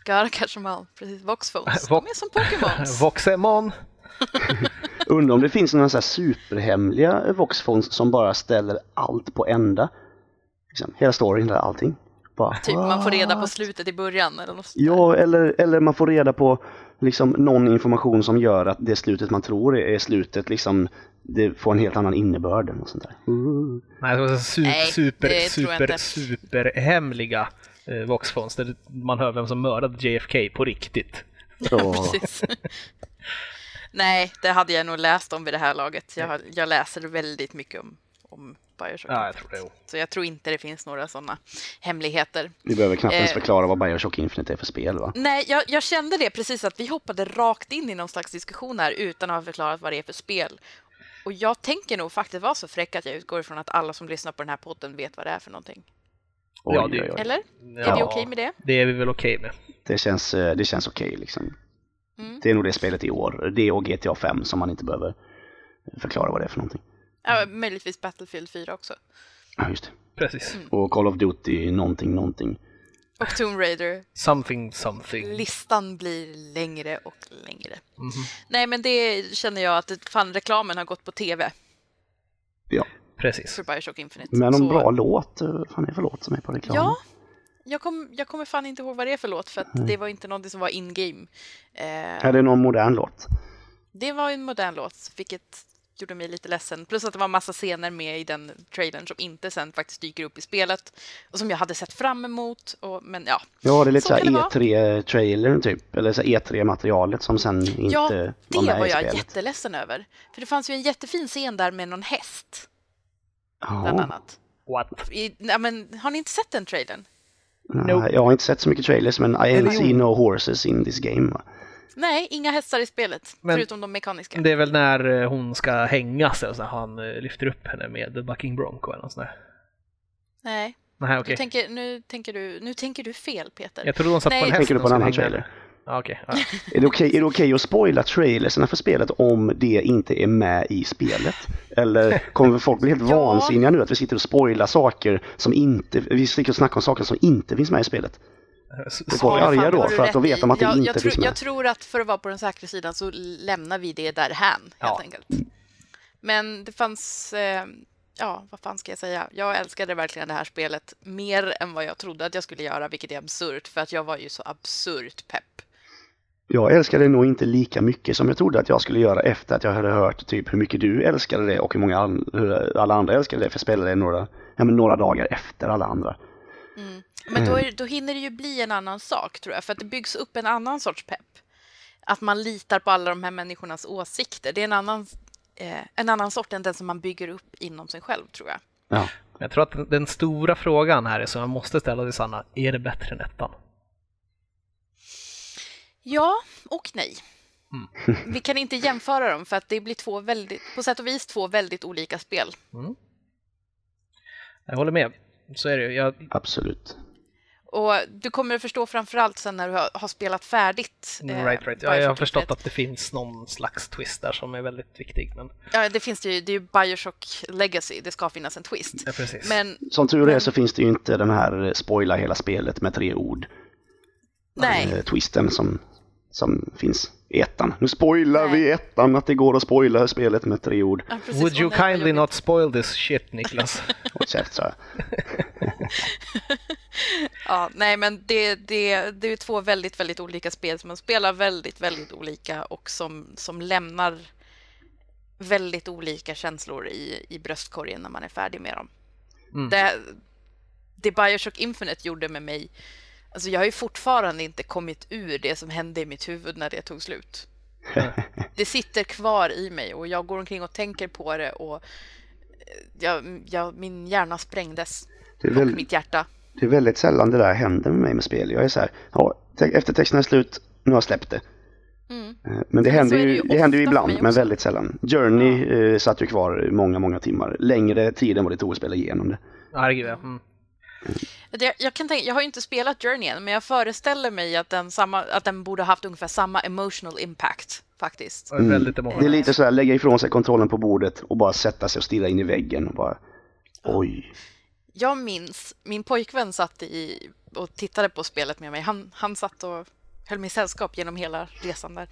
A: Gara Kachamal, precis, Voxphones.
C: Vox-
A: De är som Pokémons.
C: Voxemon!
B: Undrar om det finns några så här superhemliga voxphones som bara ställer allt på ända. Liksom, hela storyn där, allting. Bara,
A: Typ man får reda på
B: "What?"
A: slutet i början eller något sånt där.
B: Ja, eller, eller man får reda på liksom någon information som gör att det slutet man tror är är slutet liksom det får en helt annan innebörd. Och sånt där.
C: Nej, det var så super,
A: Nej, det
C: super,
A: tror jag
C: super,
A: inte.
C: superhemliga eh, Voxphones. Där man hör vem som mördade JFK på riktigt.
B: Så,
A: Precis. Nej, det hade jag nog läst om vid det här laget. Jag, har- jag läser väldigt mycket om, om Bioshock.
C: Ja, jag
A: Infinite.
C: tror det. Jo.
A: Så jag tror inte det finns några sådana hemligheter.
B: Vi behöver knappt ens
A: Eh.
B: förklara vad Bioshock Infinite är för spel va?
A: Nej, jag, jag kände det precis att vi hoppade rakt in i någon slags diskussion här utan att ha förklarat vad det är för spel. Och jag tänker nog faktiskt vara så fräck att jag utgår ifrån att alla som lyssnar på den här podden vet vad det är för någonting.
B: Oj,
C: Ja, det-
B: oj, oj.
A: Eller? Är vi
C: Ja,
A: okej med det?
C: Det är vi väl okej med.
B: Det känns, eh, det känns okej liksom.
A: Mm.
B: Det är nog det spelet i år. Det och GTA 5 som man inte behöver förklara vad det är för någonting.
A: Ja, möjligtvis Battlefield 4 också.
B: Ja, just det.
C: Precis.
A: Mm.
B: Och Call of Duty någonting, någonting.
A: Och Tomb Raider.
C: Something, something.
A: Listan blir längre och längre.
B: Mhm.
A: Nej, men det känner jag att fan reklamen har gått på tv
B: Ja.
C: Precis.
A: för Bioshock Infinite.
B: Men
A: Så-
B: någon bra låt, eh, vad fan är det för låt som är på reklamen?
A: Ja, jag, kom, jag kommer fan inte ihåg vad det är för låt för att det var inte någonting som var in-game. Eh,
B: Är det någon modern låt?
A: det var ju en modern låt, vilket gjorde mig lite ledsen. Plus att det var massa scener med i den trailern som inte sen faktiskt dyker upp i spelet och som jag hade sett fram emot. Och, men ja,
B: Ja, det är lite E
A: Så
B: såhär
A: kan det vara.
B: E3-trailern typ, eller så här E3-materialet som sen inte
A: ja
B: var
A: det
B: med
A: var
B: i
A: jag
B: spelet.
A: jätteledsen över. För det fanns ju en jättefin scen där med någon häst, bland
B: Ja.
A: annat.
C: What?
A: I, ja, men, har ni inte sett den trailern?
B: Nej, Jag har inte sett så mycket trailers, men I ain't
C: jo.
B: seen no horses in this game. Va?
A: Nej, inga hästar i spelet,
C: Men-
A: förutom de mekaniska.
C: Det är väl när eh, hon ska hängas eller så här, han eh, lyfter upp henne med The Bucking Bronco eller något sånt där.
A: Nej,
C: Nej,
A: Du
C: okej.
A: tänker, nu, tänker du, nu tänker du fel, Peter.
C: Jag trodde hon satt
A: Nej.
C: på en häst.
B: Tänker du på
C: och
B: en annan
C: skulle hänga
B: trailer?
C: henne. Ja, okej. Ja.
B: Är det okej är det okej att spoila trailersen för spelet om det inte är med i spelet? Eller kommer folk bli helt
A: Ja.
B: vansinniga nu att vi sitter och spoilar saker som inte, vi sitter och snackar om saker som inte finns med i spelet?
C: S-
B: Det
C: s-
B: var
A: Ja, fan,
B: arga då,
A: har du
B: för att
A: rätt
B: då vet de att
A: i.
B: det
A: jag,
B: inte
A: jag tror,
B: finns med.
A: Jag tror att för att vara på den säkra sidan så lämnar vi det därhän, helt
C: Ja.
A: enkelt. Men det fanns... Eh, ja, vad fan ska jag säga? Jag älskade verkligen det här spelet mer än vad jag trodde att jag skulle göra, vilket är absurt, för att jag var ju så absurt pepp.
B: Jag älskar det nog inte lika mycket som jag trodde att jag skulle göra efter att jag hade hört typ hur mycket du älskade det och hur många an- hur alla andra älskade det för jag spelade det några, ja, men några dagar efter alla andra.
A: Men då, är, då hinner det ju bli en annan sak, tror jag, för att det byggs upp en annan sorts pepp. Att man litar på alla de här människornas åsikter. Det är en annan, eh, en annan sort än den som man bygger upp inom sig själv, tror jag.
B: Ja.
C: Jag tror att den- den stora frågan här är som jag måste ställa till Sanna, är det bättre än ettan?
A: Ja och nej.
C: Mm.
A: Vi kan inte jämföra dem, för att det blir två väldigt, på sätt och vis två väldigt olika spel.
C: Jag håller med. Så är det ju. Jag,
B: Absolut.
A: Och du kommer att förstå framförallt sen när du har, har spelat färdigt. eh,
C: Mm, right, right. Jag,
A: Bioshock
C: jag har förstått
A: Infinite.
C: att det finns någon slags twist där som är väldigt viktig. Men,
A: Ja, det finns det ju. Det är ju Bioshock Legacy, det ska finnas en twist.
C: ja, precis.
A: Men
B: Som tur är så finns det ju inte den här eh, spoila hela spelet med tre ord,
A: nej,
B: eh, twisten som, som finns i ettan. Nu spoilar
A: Nej.
B: vi i ettan att det går att spoila spelet med tre ord.
A: Ja, precis.
C: Would
A: Och
C: you
A: nej, vad
C: kindly
A: jobbigt.
C: not spoil this shit, Niklas?
B: Och käft, så här.
A: Ja, nej, men det, det, det är två väldigt, väldigt olika spel som man spelar väldigt, väldigt olika och som, som lämnar väldigt olika känslor i, i bröstkorgen när man är färdig med dem.
B: Mm.
A: Det, det Bioshock Infinite gjorde med mig, alltså jag har ju fortfarande inte kommit ur det som hände i mitt huvud när det tog slut. Det sitter kvar i mig och jag går omkring och tänker på det och eh, jag, jag, min hjärna sprängdes.
B: Det är
A: Och
B: väl-
A: mitt hjärta.
B: Det är väldigt sällan det där händer med mig med spel. Jag är så här, ja, te- eftertexten är slut, nu har jag släppt det. Eh, Men det
A: Mm. så
B: händer
A: är det
B: ju,
A: ju
B: det händer ju
A: ofta för
B: ibland,
A: mig
B: men
A: också.
B: väldigt sällan. Journey eh, satt ju kvar många, många timmar. Längre tid än vad det tog att spela igenom det.
C: Ja, herregud, ja. Mm.
A: Det, jag, kan tänka, jag har ju inte spelat Journey än, men jag föreställer mig att den, samma, att den borde ha haft ungefär samma emotional impact faktiskt.
C: Jag är väldigt
B: Mm. Det är
C: emotionell.
B: lite så här, lägga ifrån sig kontrollen på bordet och bara sätta sig och stirra in i väggen och bara Oj.
A: Jag minns, min pojkvän satt i, och tittade på spelet med mig. Han, han satt och höll mig sällskap genom hela resan där.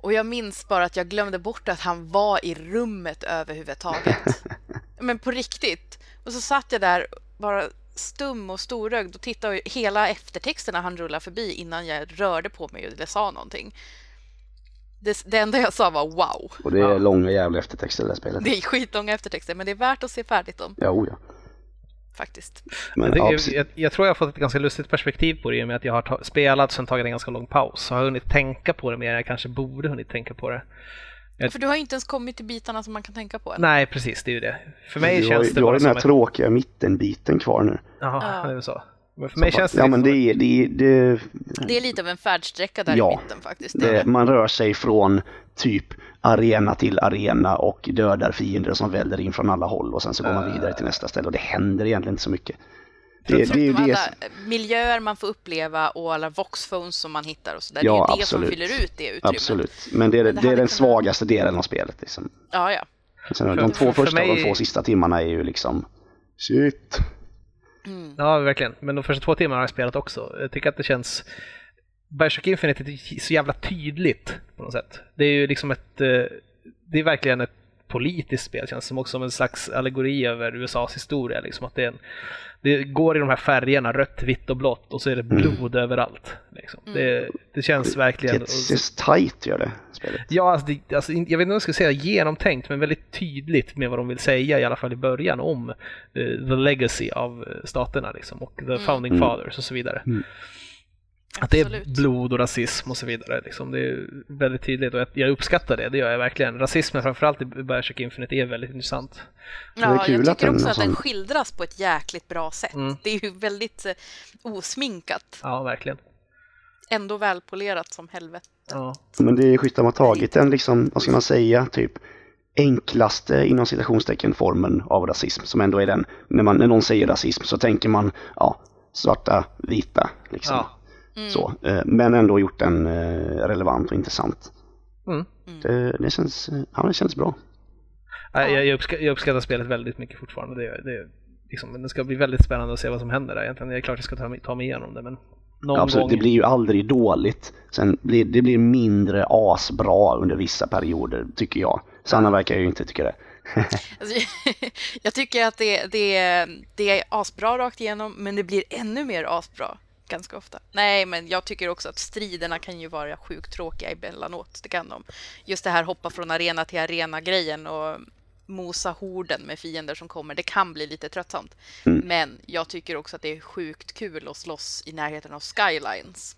A: Och jag minns bara att jag glömde bort att han var i rummet överhuvudtaget. Men på riktigt. Och så satt jag där bara stum och storögd och tittade och hela eftertexterna han rullade förbi innan jag rörde på mig eller sa någonting. Det, det enda jag sa var wow.
B: Och det är långa jävla eftertexter i det här spelet.
A: Det är skitlånga eftertexter men det är värt att se färdigt dem
B: Ja, oh ja.
A: faktiskt.
B: Men,
C: Det,
B: ja,
C: jag,
B: precis.
C: jag, jag tror jag har fått ett ganska lustigt perspektiv på det i och med att jag har ta, spelat sen tagit en ganska lång paus. Så har jag hunnit tänka på det mer än jag kanske borde hunnit tänka på det. Ett-
A: För du har ju inte ens kommit till bitarna som man kan tänka på. eller?
C: Nej, precis, det är ju det. För mig
B: du har,
C: känns
B: ju-
C: det
B: du har
C: bara
B: den
C: som
B: här
C: ett...
B: tråkiga mittenbiten kvar nu.
C: Jaha,
A: Ja.
C: det är väl så. Men för mig
B: Så
C: känns det liksom-
B: bara, ja,
C: lite
B: men
C: som-
B: det, är- det, är- det,
A: Det är lite av en färdsträcka där
B: Ja,
A: i mitten faktiskt. Det är
B: det,
A: det.
B: man rör sig från typ arena till arena och dödar fiender som väller in från alla håll och sen så går man vidare till nästa ställe och det händer egentligen inte så mycket. Det, det är ju
A: Förutom
B: det
A: alla miljöer man får uppleva och alla voxphones som man hittar och sådär.
B: Ja,
A: det är ju det
B: absolut.
A: som fyller ut det utrymmet.
B: Absolut, men det är, det
A: Men det
B: är
A: hade
B: den
A: kunnat-
B: svagaste delen av spelet. Liksom.
A: Ja, ja.
B: Sen,
C: För-
B: de två
C: för- för
B: första och de
C: mig-
B: två sista timmarna är ju liksom shit.
C: Ja, verkligen. Men de första två timmarna har jag spelat också. Jag tycker att det känns... Bioshock Infinite är så jävla tydligt på något sätt. Det är ju liksom ett... eh, Det är verkligen ett politiskt spel känns det som också som en slags allegori över USAs historia. Liksom, att det, är en, det går i de här färgerna, rött, vitt och blått och så är det blod överallt. Liksom. Det, det känns verkligen...
B: Det känns tight gör det spelet.
C: Ja, alltså, det, alltså, in- jag vet inte om jag ska säga genomtänkt, men väldigt tydligt med vad de vill säga, i alla fall i början, om eh, the legacy av eh, staterna liksom, och the founding
B: Mm.
C: fathers och så vidare. Att det är
A: Absolut.
C: blod och rasism och så vidare. Liksom. Det är väldigt tydligt och jag- jag uppskattar det, det gör jag verkligen. Rasismen framförallt i Bioshock Infinite är väldigt intressant.
B: är
A: Ja,
B: kul
A: jag
B: att
A: tycker
B: den
A: också
B: har
A: att den
B: sån-
A: skildras på ett jäkligt bra sätt.
C: Mm.
A: Det är ju väldigt eh, osminkat,
C: Ja, verkligen.
A: ändå välpolerat som helvete.
C: Ja.
B: Men det är schysst att de har tagit den, liksom, vad ska man säga, typ enklaste inom citationstecken formen av rasism som ändå är den. När, man, när någon säger rasism så tänker man ja, svarta, vita liksom.
C: Ja.
B: Så, eh, men ändå gjort den eh, relevant och intressant.
C: Mm.
B: Det, det, känns, eh, ja, det känns bra.
C: Nej, Jag, jag, uppska- jag uppskattar spelet väldigt mycket fortfarande. Det, gör- det, gör- liksom, men det ska bli väldigt spännande att se vad som händer där egentligen. Det är klart jag ska ta, mig- ta mig igenom det, men någon
B: Absolut,
C: gång...
B: det blir ju aldrig dåligt. Sen blir, det blir mindre asbra under vissa perioder, tycker jag. Sanna verkar ju inte tycka det.
A: Alltså, jag tycker att det, det, det är asbra rakt igenom, men det blir ännu mer asbra ganska ofta. Nej, men jag tycker också att striderna kan ju vara sjukt tråkiga emellanåt, det kan de. Just det här hoppa från arena till arena-grejen och mosa horden med fiender som kommer, det kan bli lite tröttsamt. Men jag tycker också att det är sjukt kul att slåss i närheten av skylines.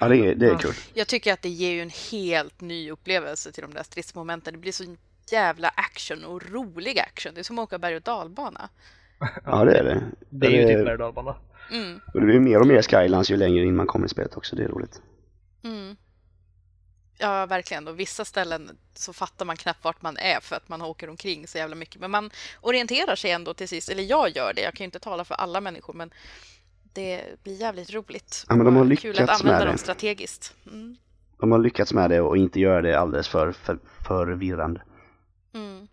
B: Ja, det är, det är kul.
A: Jag tycker att det ger ju en helt ny upplevelse till de där stridsmomenten. Det blir så jävla action och rolig action. Det är som att åka berg och dalbana.
B: Ja, det är det.
C: Det är ju
B: Eh,
C: typ berg och dalbana.
A: Mm,
B: Och det blir mer och mer Skylines ju längre in man kommer i spelet också, det är roligt.
A: mm. Ja, verkligen. Och vissa ställen så fattar man knappt vart man är för att man åker omkring så jävla mycket. Men man orienterar sig ändå till sist. Eller jag gör det. Jag kan ju inte tala för alla människor, men det blir jävligt roligt.
B: Ja, men de
A: Och
B: har
A: Kul att
B: lyckats med
A: använda
B: det.
A: dem strategiskt. Mm,
B: De har lyckats med det och inte göra det alldeles för för- förvirrande.
A: mm.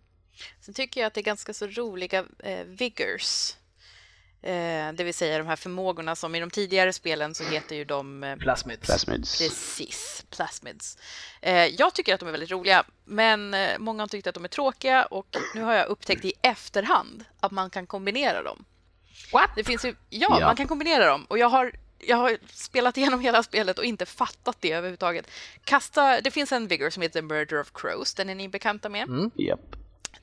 A: Sen tycker jag att det är ganska så roliga eh, vigors. Eh, det vill säga de här förmågorna som i de tidigare spelen så heter ju de eh,
C: Plasmids.
B: Plasmids.
A: Precis, plasmids. Eh, jag tycker att de är väldigt roliga, men eh, många har tyckt att de är tråkiga och nu har jag upptäckt i efterhand att man kan kombinera dem. What? Det finns ju, ja,
B: Ja.
A: man kan kombinera dem och jag har, jag har spelat igenom hela spelet och inte fattat det överhuvudtaget. Kasta, det finns en vigor som heter Murder of Crows, den är ni bekanta med.
B: Japp.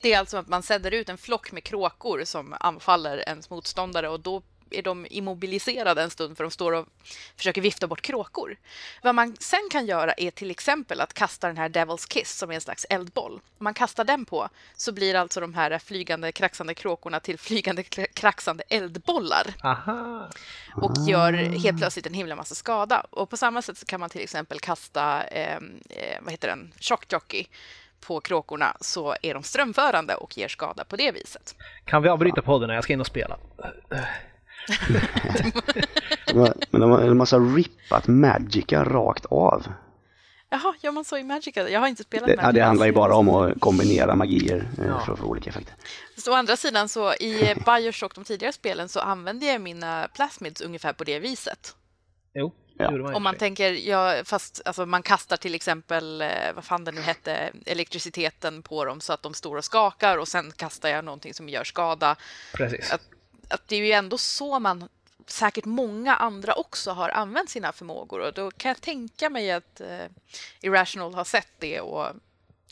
A: Det är alltså att man sänder ut en flock med kråkor som anfaller ens motståndare och då är de immobiliserade en stund för de står och försöker vifta bort kråkor. Vad man sen kan göra är till exempel att kasta den här Devil's Kiss som är en slags eldboll. Om man kastar den på så blir alltså de här flygande kraxande kråkorna till flygande kra- kraxande eldbollar
C: Aha!
A: och gör
B: Ah.
A: helt plötsligt en himla massa skada. Och på samma sätt så kan man till exempel kasta, eh, eh, vad heter den, tjockjockey på kråkorna så är de strömförande och ger skada på det viset.
C: Kan vi avbryta podden när jag ska in och spela?
B: De har, men de har en massa rippat Magica rakt av.
A: Jaha, gör man så i Magica? Jag har inte spelat
B: Det, ja, det
A: Magica.
B: handlar ju bara om att kombinera magier eh, för att få olika effekter.
A: Så å andra sidan så i Bioshock, de tidigare spelen, så använde jag mina plasmids ungefär på det viset.
C: Jo,
B: Ja.
C: gjorde man ju
A: Om man
C: för sig.
A: tänker, ja, fast alltså, man kastar till exempel, eh, vad fan det nu hette, elektriciteten på dem så att de står och skakar och sen kastar jag någonting som gör skada.
C: Precis.
A: att, att det är ju ändå så man säkert många andra också har använt sina förmågor och då kan jag tänka mig att eh, Irrational har sett det och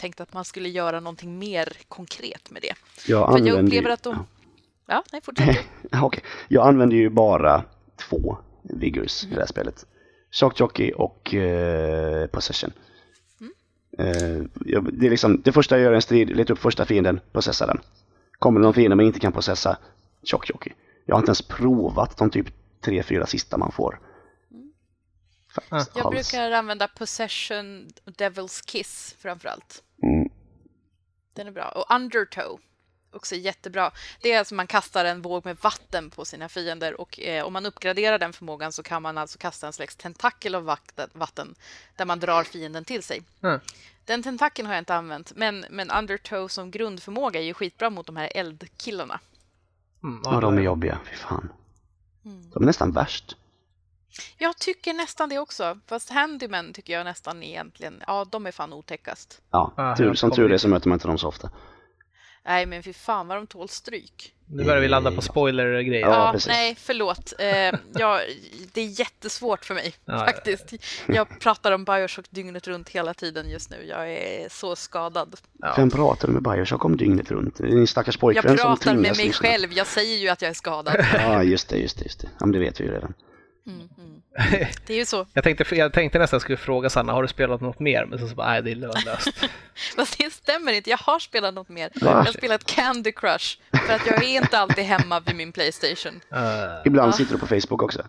A: tänkt att man skulle göra någonting mer konkret med det.
B: Jag
A: För jag
B: använder ju-
A: upplever att de... Ja, nej, fortsätt du.
B: Ja, Okej, jag använder ju bara två vigors i det här spelet. Shock Jockey och eh, Possession. Eh, jag- det, är liksom, det första jag gör i en strid, letar upp första fienden, processar den. Kommer det någon fiende man inte kan processa, tjock jockey. Jag har inte ens provat de typ tre, fyra sista man får. Faktiskt
A: Jag
B: alls.
A: brukar använda Possession och Devil's Kiss framförallt.
B: Mm.
A: Den är bra. Och Undertow. Också jättebra. Det är alltså man kastar en våg med vatten på sina fiender och eh, om man uppgraderar den förmågan så kan man alltså kasta en slags tentakel av vakten- vatten där man drar fienden till sig.
C: Mm.
A: Den tentakeln har jag inte använt, men, men Undertow som grundförmåga är ju skitbra mot de här eldkillarna.
C: Mm,
B: Ja, de är jobbiga. Fy fan.
A: Mm.
B: De är nästan värst.
A: Jag tycker nästan det också, fast Handyman tycker jag nästan egentligen, ja de är fan otäckast.
B: Ja,
C: Ah,
B: tur,
C: jag
B: som tur
C: kommer
B: är så möter man inte dem så ofta.
A: Nej men fy fan vad de tål stryk.
C: Nu börjar vi landa på
B: Ja.
C: spoiler-grejer.
B: Ja,
A: Ja,
B: precis.
A: nej, förlåt. Eh, jag, det är jättesvårt för mig
C: Ja, ja.
A: faktiskt. Jag pratar om Bioshock dygnet runt hela tiden just nu. Jag är så skadad.
C: Ja.
B: Vem pratar du med Bioshock om dygnet runt? Det är Din stackars
A: Jag
B: pojkvän som
A: pratar
B: tvingas
A: med mig
B: lyssna.
A: själv. Jag säger ju att jag är skadad.
B: Ja, just det, just det, just det. Ja, men det vet vi ju redan.
A: Det är ju så.
C: Jag tänkte, jag tänkte nästan skulle fråga Sanna, har du spelat något mer? Men sen så bara, nej det är lönlöst.
A: Fast det stämmer inte. Jag har spelat något mer.
B: Va?
A: Jag har spelat Candy Crush för att jag är inte alltid hemma vid min Playstation.
C: Eh,
B: Ibland sitter du på Facebook också.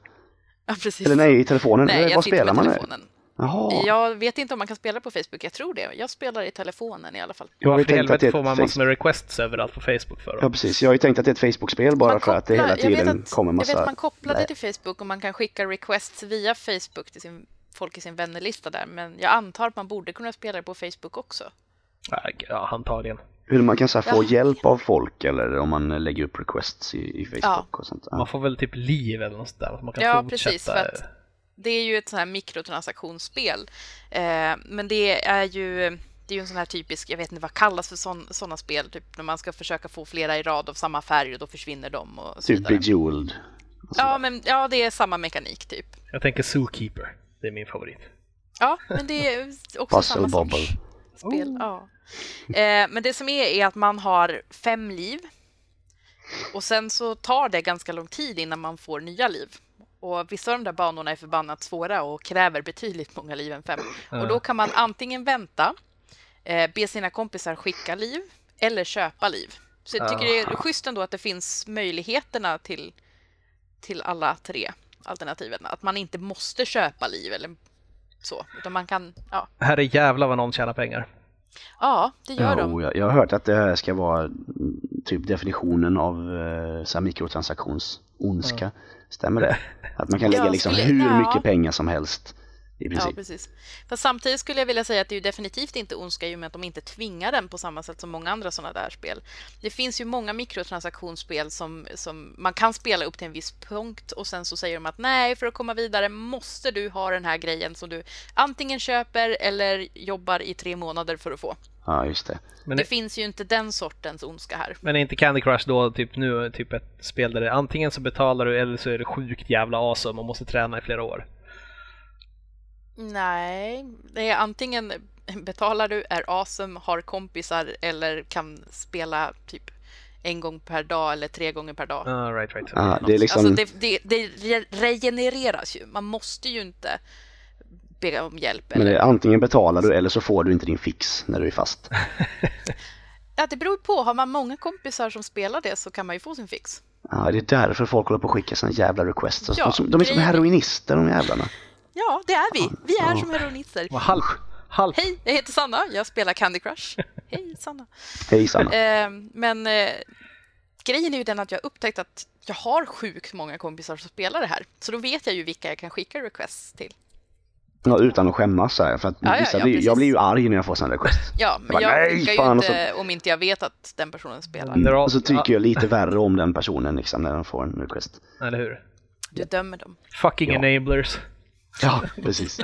A: Ja, precis.
B: Eller nej, i telefonen.
A: Nej,
B: Eller
A: jag
B: vad
A: sitter
B: spelar
A: med
B: man?
A: telefonen.
B: Jaha.
A: Jag vet inte om man kan spela på Facebook. Jag tror det. Jag spelar i telefonen i alla fall.
B: Jag har ju
C: Varför i
B: tänkt att det
C: helvete
B: är
C: får man
B: ett
C: massor
B: Facebook...
C: med requests överallt på Facebook för?
B: Ja,
C: Då?
B: precis. Jag har ju tänkt att det är ett Facebook-spel bara
A: Man
B: för att det hela
A: kopplar- jag vet
B: tiden
A: att-
B: kommer massa...
A: Jag vet att man kopplade
B: Nej.
A: till Facebook och man kan skicka requests via Facebook till sin, folk i sin vännerlista där, men jag antar att man borde kunna spela det på Facebook också.
C: Ja, antagligen.
B: Hur man kan så här, få
A: Ja.
B: hjälp av folk eller om man lägger upp requests i, i Facebook och sånt.
C: Man
B: Ja.
C: får väl typ liv eller något sånt där. Man kan
A: Ja,
C: fortsätta.
A: precis, för att- Det är ju ett sånt här mikrotransaktionsspel, eh, men det är ju det är ju en sån här typisk, jag vet inte vad kallas för sådana spel, typ när man ska försöka få flera i rad av samma färg och då försvinner de och så
B: Typ
A: vidare.
B: Bejeweled. och sådär.
A: Ja, men ja, det är samma mekanik typ.
C: Jag tänker Zookeeper. Det är min favorit.
A: Ja, men det är också
B: Puzzle
A: samma
B: Bobble.
A: sorts spel. Ja. Eh, men det som är är att man har fem liv och sen så tar det ganska lång tid innan man får nya liv. Och vissa av de där banorna är förbannat svåra och kräver betydligt många liv än fem. Och då kan man antingen vänta, eh, be sina kompisar skicka liv eller köpa liv. Så jag tycker det är schysst ändå att det finns möjligheterna till, till alla tre alternativen. Att man inte måste köpa liv eller så, utan man kan, ja,
C: Här är jävla vad någon tjänar pengar.
A: ja det gör de.
B: Jo, jag, jag har hört att det här ska vara mm, typ definitionen av eh, så här mikrotransaktionsondska. Stämmer det? Att man kan lägga
A: Jag
B: liksom
A: skulle-
B: hur
A: ja.
B: mycket pengar som helst i
A: Ja,
B: princip.
A: precis. Fast samtidigt skulle jag vilja säga att det är ju definitivt inte ondska i och med att de inte tvingar den på samma sätt som många andra sådana där spel. Det finns ju många mikrotransaktionsspel som, som man kan spela upp till en viss punkt och sen så säger de att nej, för att komma vidare måste du ha den här grejen som du antingen köper eller jobbar i tre månader för att få.
B: ja, just det.
C: Men-
A: Det finns ju inte den sortens ondska här.
C: Men är inte Candy Crush då typ nu typ ett spel där det, antingen så betalar du eller så är det sjukt jävla awesome och måste träna i flera år.
A: Nej, det är antingen betalar du, är awesome, har kompisar eller kan spela typ en gång per dag eller tre gånger per dag.
C: Ah, right, right.
B: Ja, det är liksom...
A: Alltså det, det, det re- regenereras ju. Man måste ju inte be om hjälp. Eller...
B: Men det är antingen betalar du eller så får du inte din fix när du är fast.
A: Ja, det beror på. Har man många kompisar som spelar det så kan man ju få sin fix.
B: Ja, det är därför folk håller på och skickar sina jävla requests.
A: Ja,
B: de, som, de är som
A: grejen-
B: heroinister de jävlarna.
A: Ja, det är vi. Vi är som heroinister.
C: Vad halv, halv.
A: Hej, jag heter Sanna. Jag spelar Candy Crush. Hej, Sanna.
B: Hej Sanna.
A: Eh, men eh, grejen är ju den att jag har upptäckt att jag har sjukt många kompisar som spelar det här. Så då vet jag ju vilka jag kan skicka requests till.
B: Ja, utan att skämmas så här, för att
A: Ja, ja,
B: vissa
A: ja,
B: blir,
A: precis.
B: jag blir ju arg när jag får sådana requests.
A: Ja, men
B: bara,
A: jag
B: "Nej,
A: skickar ju
B: fan", alltså. Mm. och
A: inte om inte jag vet att den personen spelar.
C: Dra-
B: Och så tycker
C: ja,
B: jag lite värre om den personen liksom när den får en request.
C: Eller hur?
A: Du dömer dem.
C: Fucking
B: Ja.
C: enablers.
B: Ja, precis.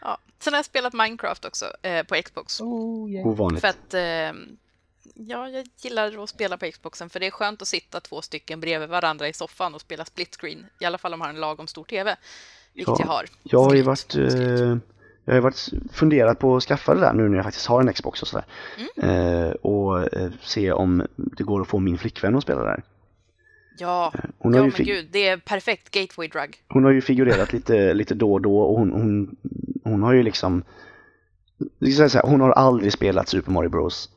A: Ja. Sen har jag spelat Minecraft också eh, på Xbox.
B: Oh. Ovanligt.
A: För att eh, ja, jag gillar att spela på Xboxen för det är skönt att sitta två stycken bredvid varandra i soffan och spela split screen. I alla fall om man har en lagom stor TV. Vilket
B: Ja,
A: jag har.
B: Jag har ju
A: Skryt.
B: varit, eh, jag har ju varit funderat på att skaffa det där nu när jag faktiskt har en Xbox och sådär.
A: Mm.
B: Eh, och eh, se om det går att få min flickvän att spela där.
A: Ja,
B: Hon
A: ja
B: har ju
A: men
B: fig-
A: gud, det är perfekt gateway drug.
B: Hon har ju figurerat lite, lite då och då och hon, hon, hon har ju liksom vi kan säga så här, hon har aldrig spelat Super Mario Bros.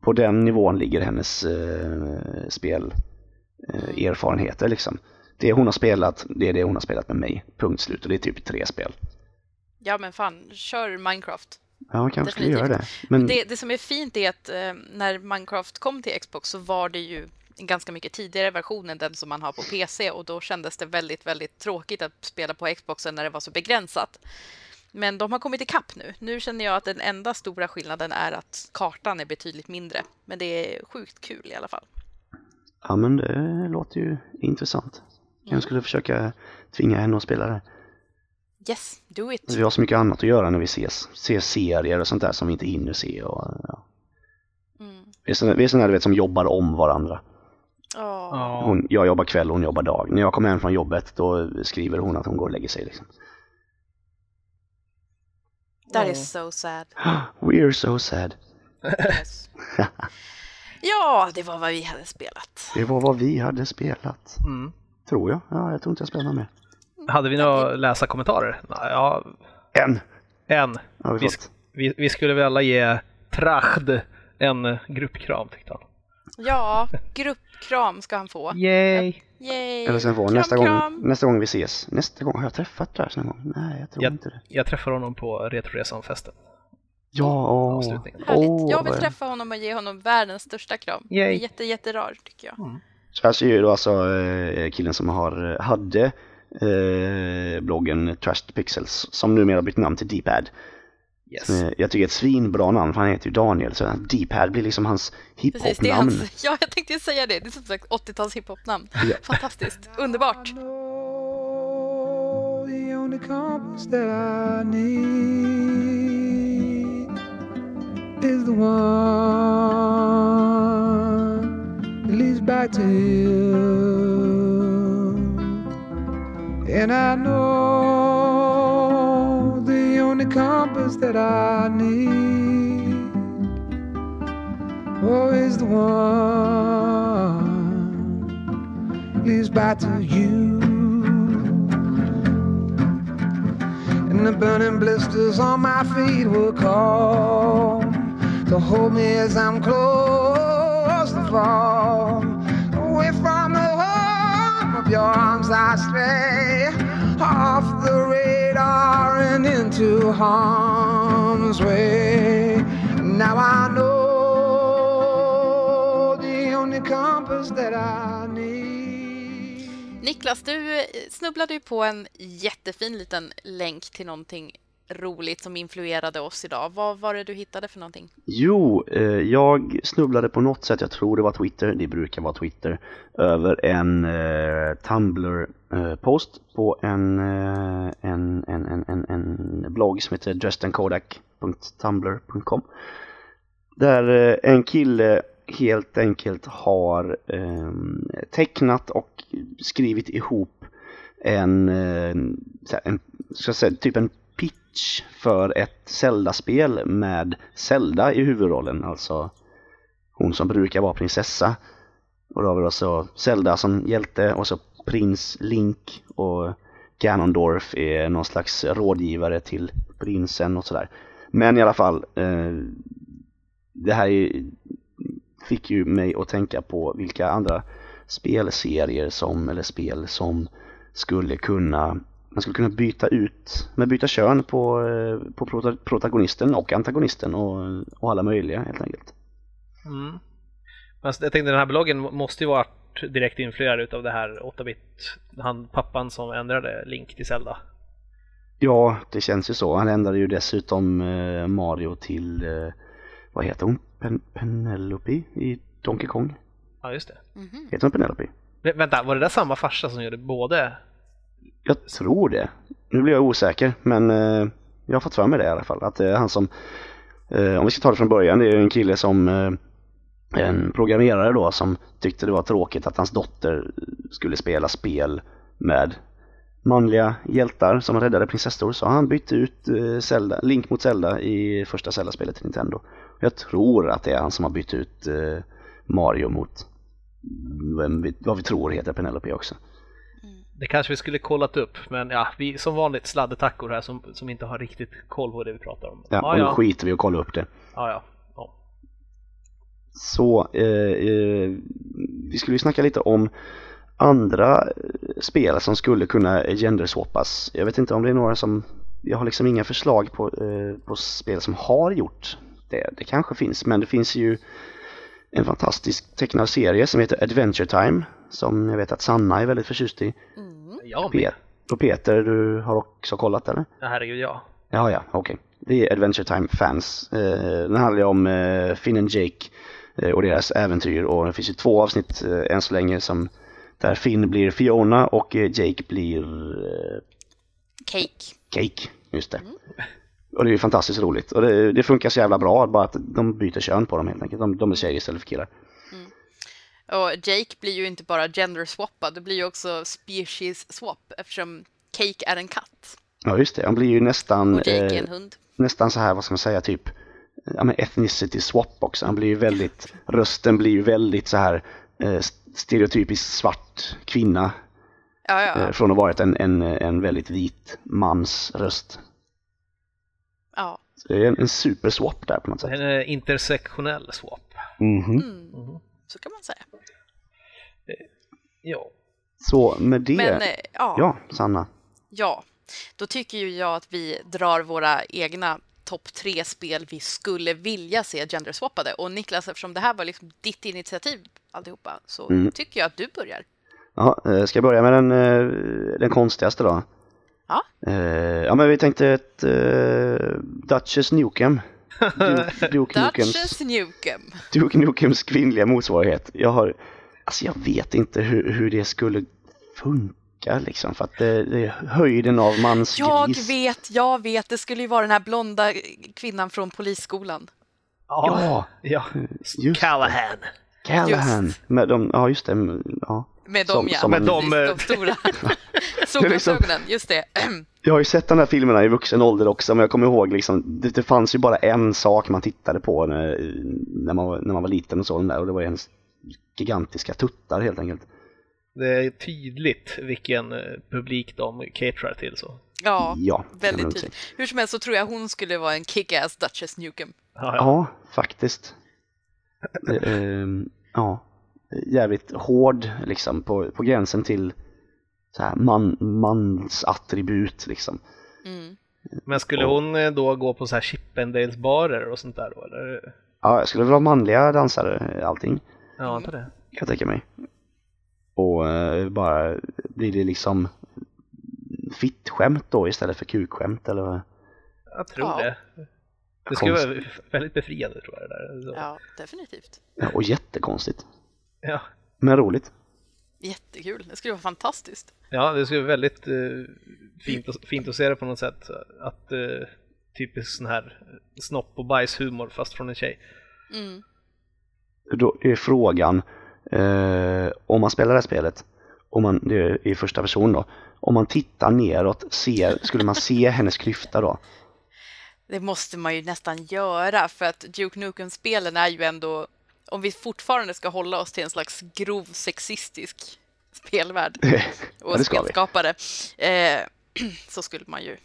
B: På den nivån ligger hennes eh,
A: Mm.
B: spelerfarenheter liksom. Det hon har spelat, det är det hon har spelat med mig. Punkt slut. Och det är typ tre spel.
A: Ja, men fan, kör Minecraft.
B: Ja, kanske vi gör
A: Definitivt.
B: det. Men
A: Det, det som är fint är att eh, när Minecraft kom till Xbox så var det ju en ganska mycket tidigare version än den som man har på PC och då kändes det väldigt, väldigt tråkigt att spela på Xboxen när det var så begränsat. Men de har kommit ikapp nu. Nu känner jag att den enda stora skillnaden är att kartan är betydligt mindre. Men det är sjukt kul i alla fall.
B: Ja men det låter ju intressant. Kanske skulle försöka tvinga henne att spela det. Alltså,
A: Yes, do it!
B: Vi har så mycket annat att göra när vi ses. Se serier och sånt där som vi inte hinner se. Och, ja.
A: Mm.
B: Vi är såna- vi är såna här, du vet som jobbar om varandra.
A: Åh.
C: Ja.
B: Hon, jag jobbar kväll och hon jobbar dag. När jag kommer hem från jobbet då skriver hon att hon går och lägger sig. Liksom.
A: That is so sad.
B: We're so sad.
A: Yes. ja, det var vad vi hade spelat.
B: Det var vad vi hade spelat.
C: Mm.
B: Tror jag. Ja, jag tror inte jag spelar något mer.
C: Hade vi några läsa kommentarer? Ja,
B: En
C: en.
B: har vi
C: Vi,
B: fått.
C: sk- vi, vi skulle väl alla ge Trajd en eh, gruppkram tyckte han.
A: Ja, gruppkram ska han få.
C: Yay!
A: Yay!
B: Eller sen får hon
A: kram,
B: nästa
A: kram.
B: gång, nästa gång vi ses. Nästa gång, har jag träffat Lars någon gång? Nej, jag tror
C: Jag,
B: inte det.
C: jag träffade honom på Retroresan-festen.
B: Ja, åh.
C: Avslutningen.
A: Härligt.
B: Åh,
A: jag vill
B: vad-
A: träffa honom och ge honom världens största kram.
C: Yay.
A: Det är jätte, jätterar tycker jag.
B: Trash är ju då alltså eh, killen som har, hade eh, bloggen Trashed Pixels som numera bytt namn till Deepad.
C: Yes.
B: Eh, jag tycker det är ett svinbra namn för han heter ju Daniel så Deepad blir liksom hans
A: Precis, det är
B: hiphop-namn.
A: hans, ja, jag tänkte ju säga det. Det är som sagt 80-tals hiphopnamn.
B: Ja.
A: Fantastiskt, underbart.
D: know the only compass that I need is the one that leads back to you. And I know the only compass that I need oh, is the one leads back to you. And the burning blisters on my feet will call to hold me as I'm close to fall. Away from the home of your arms, I stray off the radar and into harm's way. Now I know the only compass that I need.
A: Niklas, du eh, snubblade ju på en jättefin liten länk till någonting roligt som influerade oss idag. Vad var det du hittade för någonting?
B: Jo, eh, jag snubblade på något sätt, jag tror det var Twitter, det brukar vara Twitter, över en eh, Tumblr-post på en, eh, en, en, en, en, en blogg som heter dresdenkodak.tumblr.com Där eh, en kille helt enkelt har eh, tecknat och skrivit ihop en, eh, så här, en ska jag säga, typ en pitch för ett Zelda-spel med Zelda i huvudrollen, alltså hon som brukar vara prinsessa. Och då har vi då så Zelda som hjälte och så prins Link och Ganondorf är någon slags rådgivare till prinsen och sådär. Men i alla fall, eh, det här är, fick ju mig att tänka på vilka andra spelserier som, eller spel som skulle kunna man skulle kunna byta ut, men byta kön på, eh, på prota- protagonisten och antagonisten och, och alla möjliga helt enkelt.
C: Mm. Men alltså, jag tänkte den här bloggen måste ju varit direkt influerad utav det här 8-bit, han pappan som ändrade Link till Zelda.
B: Ja, det känns ju så. Han ändrade ju dessutom eh, Mario till, eh, vad heter hon? Pen- Penelope i Donkey Kong?
C: Ja, just det.
A: Mhm.
B: Heter hon Penelope?
C: Vä- Vänta, var det där samma farsa som gjorde både?
B: Jag tror det. Nu blir jag osäker, men eh, jag har fått för mig det i alla fall. Att det är han som, eh, om vi ska ta det från början, det är ju en kille som, eh, en programmerare då, som tyckte det var tråkigt att hans dotter skulle spela spel med manliga hjältar som räddade prinsessor. Så han bytte ut eh, Zelda, Link mot Zelda i första Zelda-spelet till Nintendo. Jag tror att det är han som har bytt ut eh, Mario mot, vem vi, vad vi tror heter Penelope också.
C: Det kanske vi skulle kollat upp, men ja, vi som vanligt sladdetackor här som, som inte har riktigt koll på det vi pratar om.
B: Ja, och
C: ja,
B: nu skiter vi och kollar upp det.
C: ja, ja. ja.
B: Så eh, eh, vi skulle ju snacka lite om andra eh, spel som skulle kunna genderswappas. Jag vet inte om det är några som, jag har liksom inga förslag på, eh, på spel som har gjort det. Det kanske finns, men det finns ju en fantastisk tecknad serie som heter Adventure Time som jag vet att Sanna är väldigt förtjust i.
C: Jag med.
B: Pet- och Peter, du har också kollat eller?
C: Ja, herregud, ja.
B: Ja, ja, okej. Det är Adventure Time-fans. Eh, den handlar ju om eh, Finn och Jake eh, och deras äventyr och det finns ju två avsnitt eh, än så länge som där Finn blir Fiona och eh, Jake blir eh,
A: Cake.
B: Cake. Just det. Och det är ju fantastiskt roligt. Och det, det funkar så jävla bra, bara att de byter kön på dem helt enkelt. De, de är tjejer istället för killar.
A: Och Jake blir ju inte bara gender-swappad, det blir ju också species-swap eftersom Cake är en katt
B: Ja, just det. Han blir ju nästan,
A: och Jake är
B: eh,
A: en hund.
B: nästan så här, vad ska man säga, typ ja, men ethnicity swap också. Han blir ju väldigt, rösten blir ju väldigt så här eh, stereotypiskt svart kvinna
A: Ja,
B: eh,
A: ja,
B: från att ha varit en, en, en väldigt vit mans röst.
A: ja.
B: Så det är en, en super swap där på något sätt.
C: En eh, intersektionell swap.
B: Mhm.
A: Så kan man säga.
C: Ja.
B: Så med det,
A: Men eh, ja.
B: ja Sanna.
A: Ja, då tycker ju jag att vi drar våra egna topp tre spel vi skulle vilja se genderswappade. Och Niklas, eftersom det här var liksom ditt initiativ alltihopa, så
B: Mm.
A: tycker jag att du börjar.
B: Ja, eh, ska jag börja med den, eh, den konstigaste då?
A: Ja.
B: Eh, ja men vi tänkte ett eh, Duchess Nukem. Duke, Duke Nukems.
A: Duchess Nukem.
B: Duke Nukems kvinnliga motsvarighet. Jag har, alltså jag vet inte hur, hur det skulle funka liksom för att det, det är höjden av
A: Jag
B: mansgris.
A: vet, jag vet, det skulle ju vara den här blonda kvinnan från polisskolan.
B: Ja,
C: Ja.
B: just det.
C: Callahan.
B: Callahan. Med de, ja just det, mm, ja.
A: Med
B: Som-
A: dem ja,
B: som en-
A: precis,
C: Med dem, eh,
A: de stora
B: liksom-
A: solglasögonen, just det.
B: Jag har ju sett de här filmerna i vuxen ålder också men jag kommer ihåg liksom, det, det fanns ju bara en sak man tittade på när, när, man, var- när man var liten och så, den där, och det var ju hennes gigantiska tuttar helt enkelt.
C: Det är tydligt vilken eh, publik de caterar till så.
A: Ja,
B: Ja, det kan man
A: väldigt
B: lugnt
A: tydligt. Hur som helst så tror jag hon skulle vara en kick-ass Duchess Nukem.
C: Ja, ja.
B: Ja, faktiskt. Eh, ehm, ja, jävligt hård liksom på, på gränsen till så här man, mans attribut liksom.
C: Men skulle hon eh, då gå på så här Chippendales-barer och sånt där då eller?
B: Ja, jag skulle vilja ha manliga dansare eh, allting
C: Ja, antar det.
B: kan jag tänka mig. Och eh, bara blir det liksom fittskämt då istället för kukskämt eller vad?
C: Jag tror
A: Ja.
C: det. Det skulle vara väldigt befriande tror jag det där. Så.
A: Ja, definitivt.
B: Ja, och jättekonstigt.
C: Ja.
B: Men roligt.
A: Jättekul, det skulle vara fantastiskt.
C: Ja, det skulle vara väldigt eh, fint, att, fint att se det på något sätt. Att eh, typisk sån här snopp och bajshumor fast från en tjej.
A: Mm.
B: Då är frågan, eh, om man spelar det här spelet, om man, det är i första person då, om man tittar neråt, ser, skulle man se hennes klyfta då?
A: Det måste man ju nästan göra för att Duke Nukem-spelen är ju ändå, om vi fortfarande ska hålla oss till en slags grov sexistisk spelvärld
B: Ja,
A: och
B: det ska vi.
A: spelskapare, eh, så skulle man ju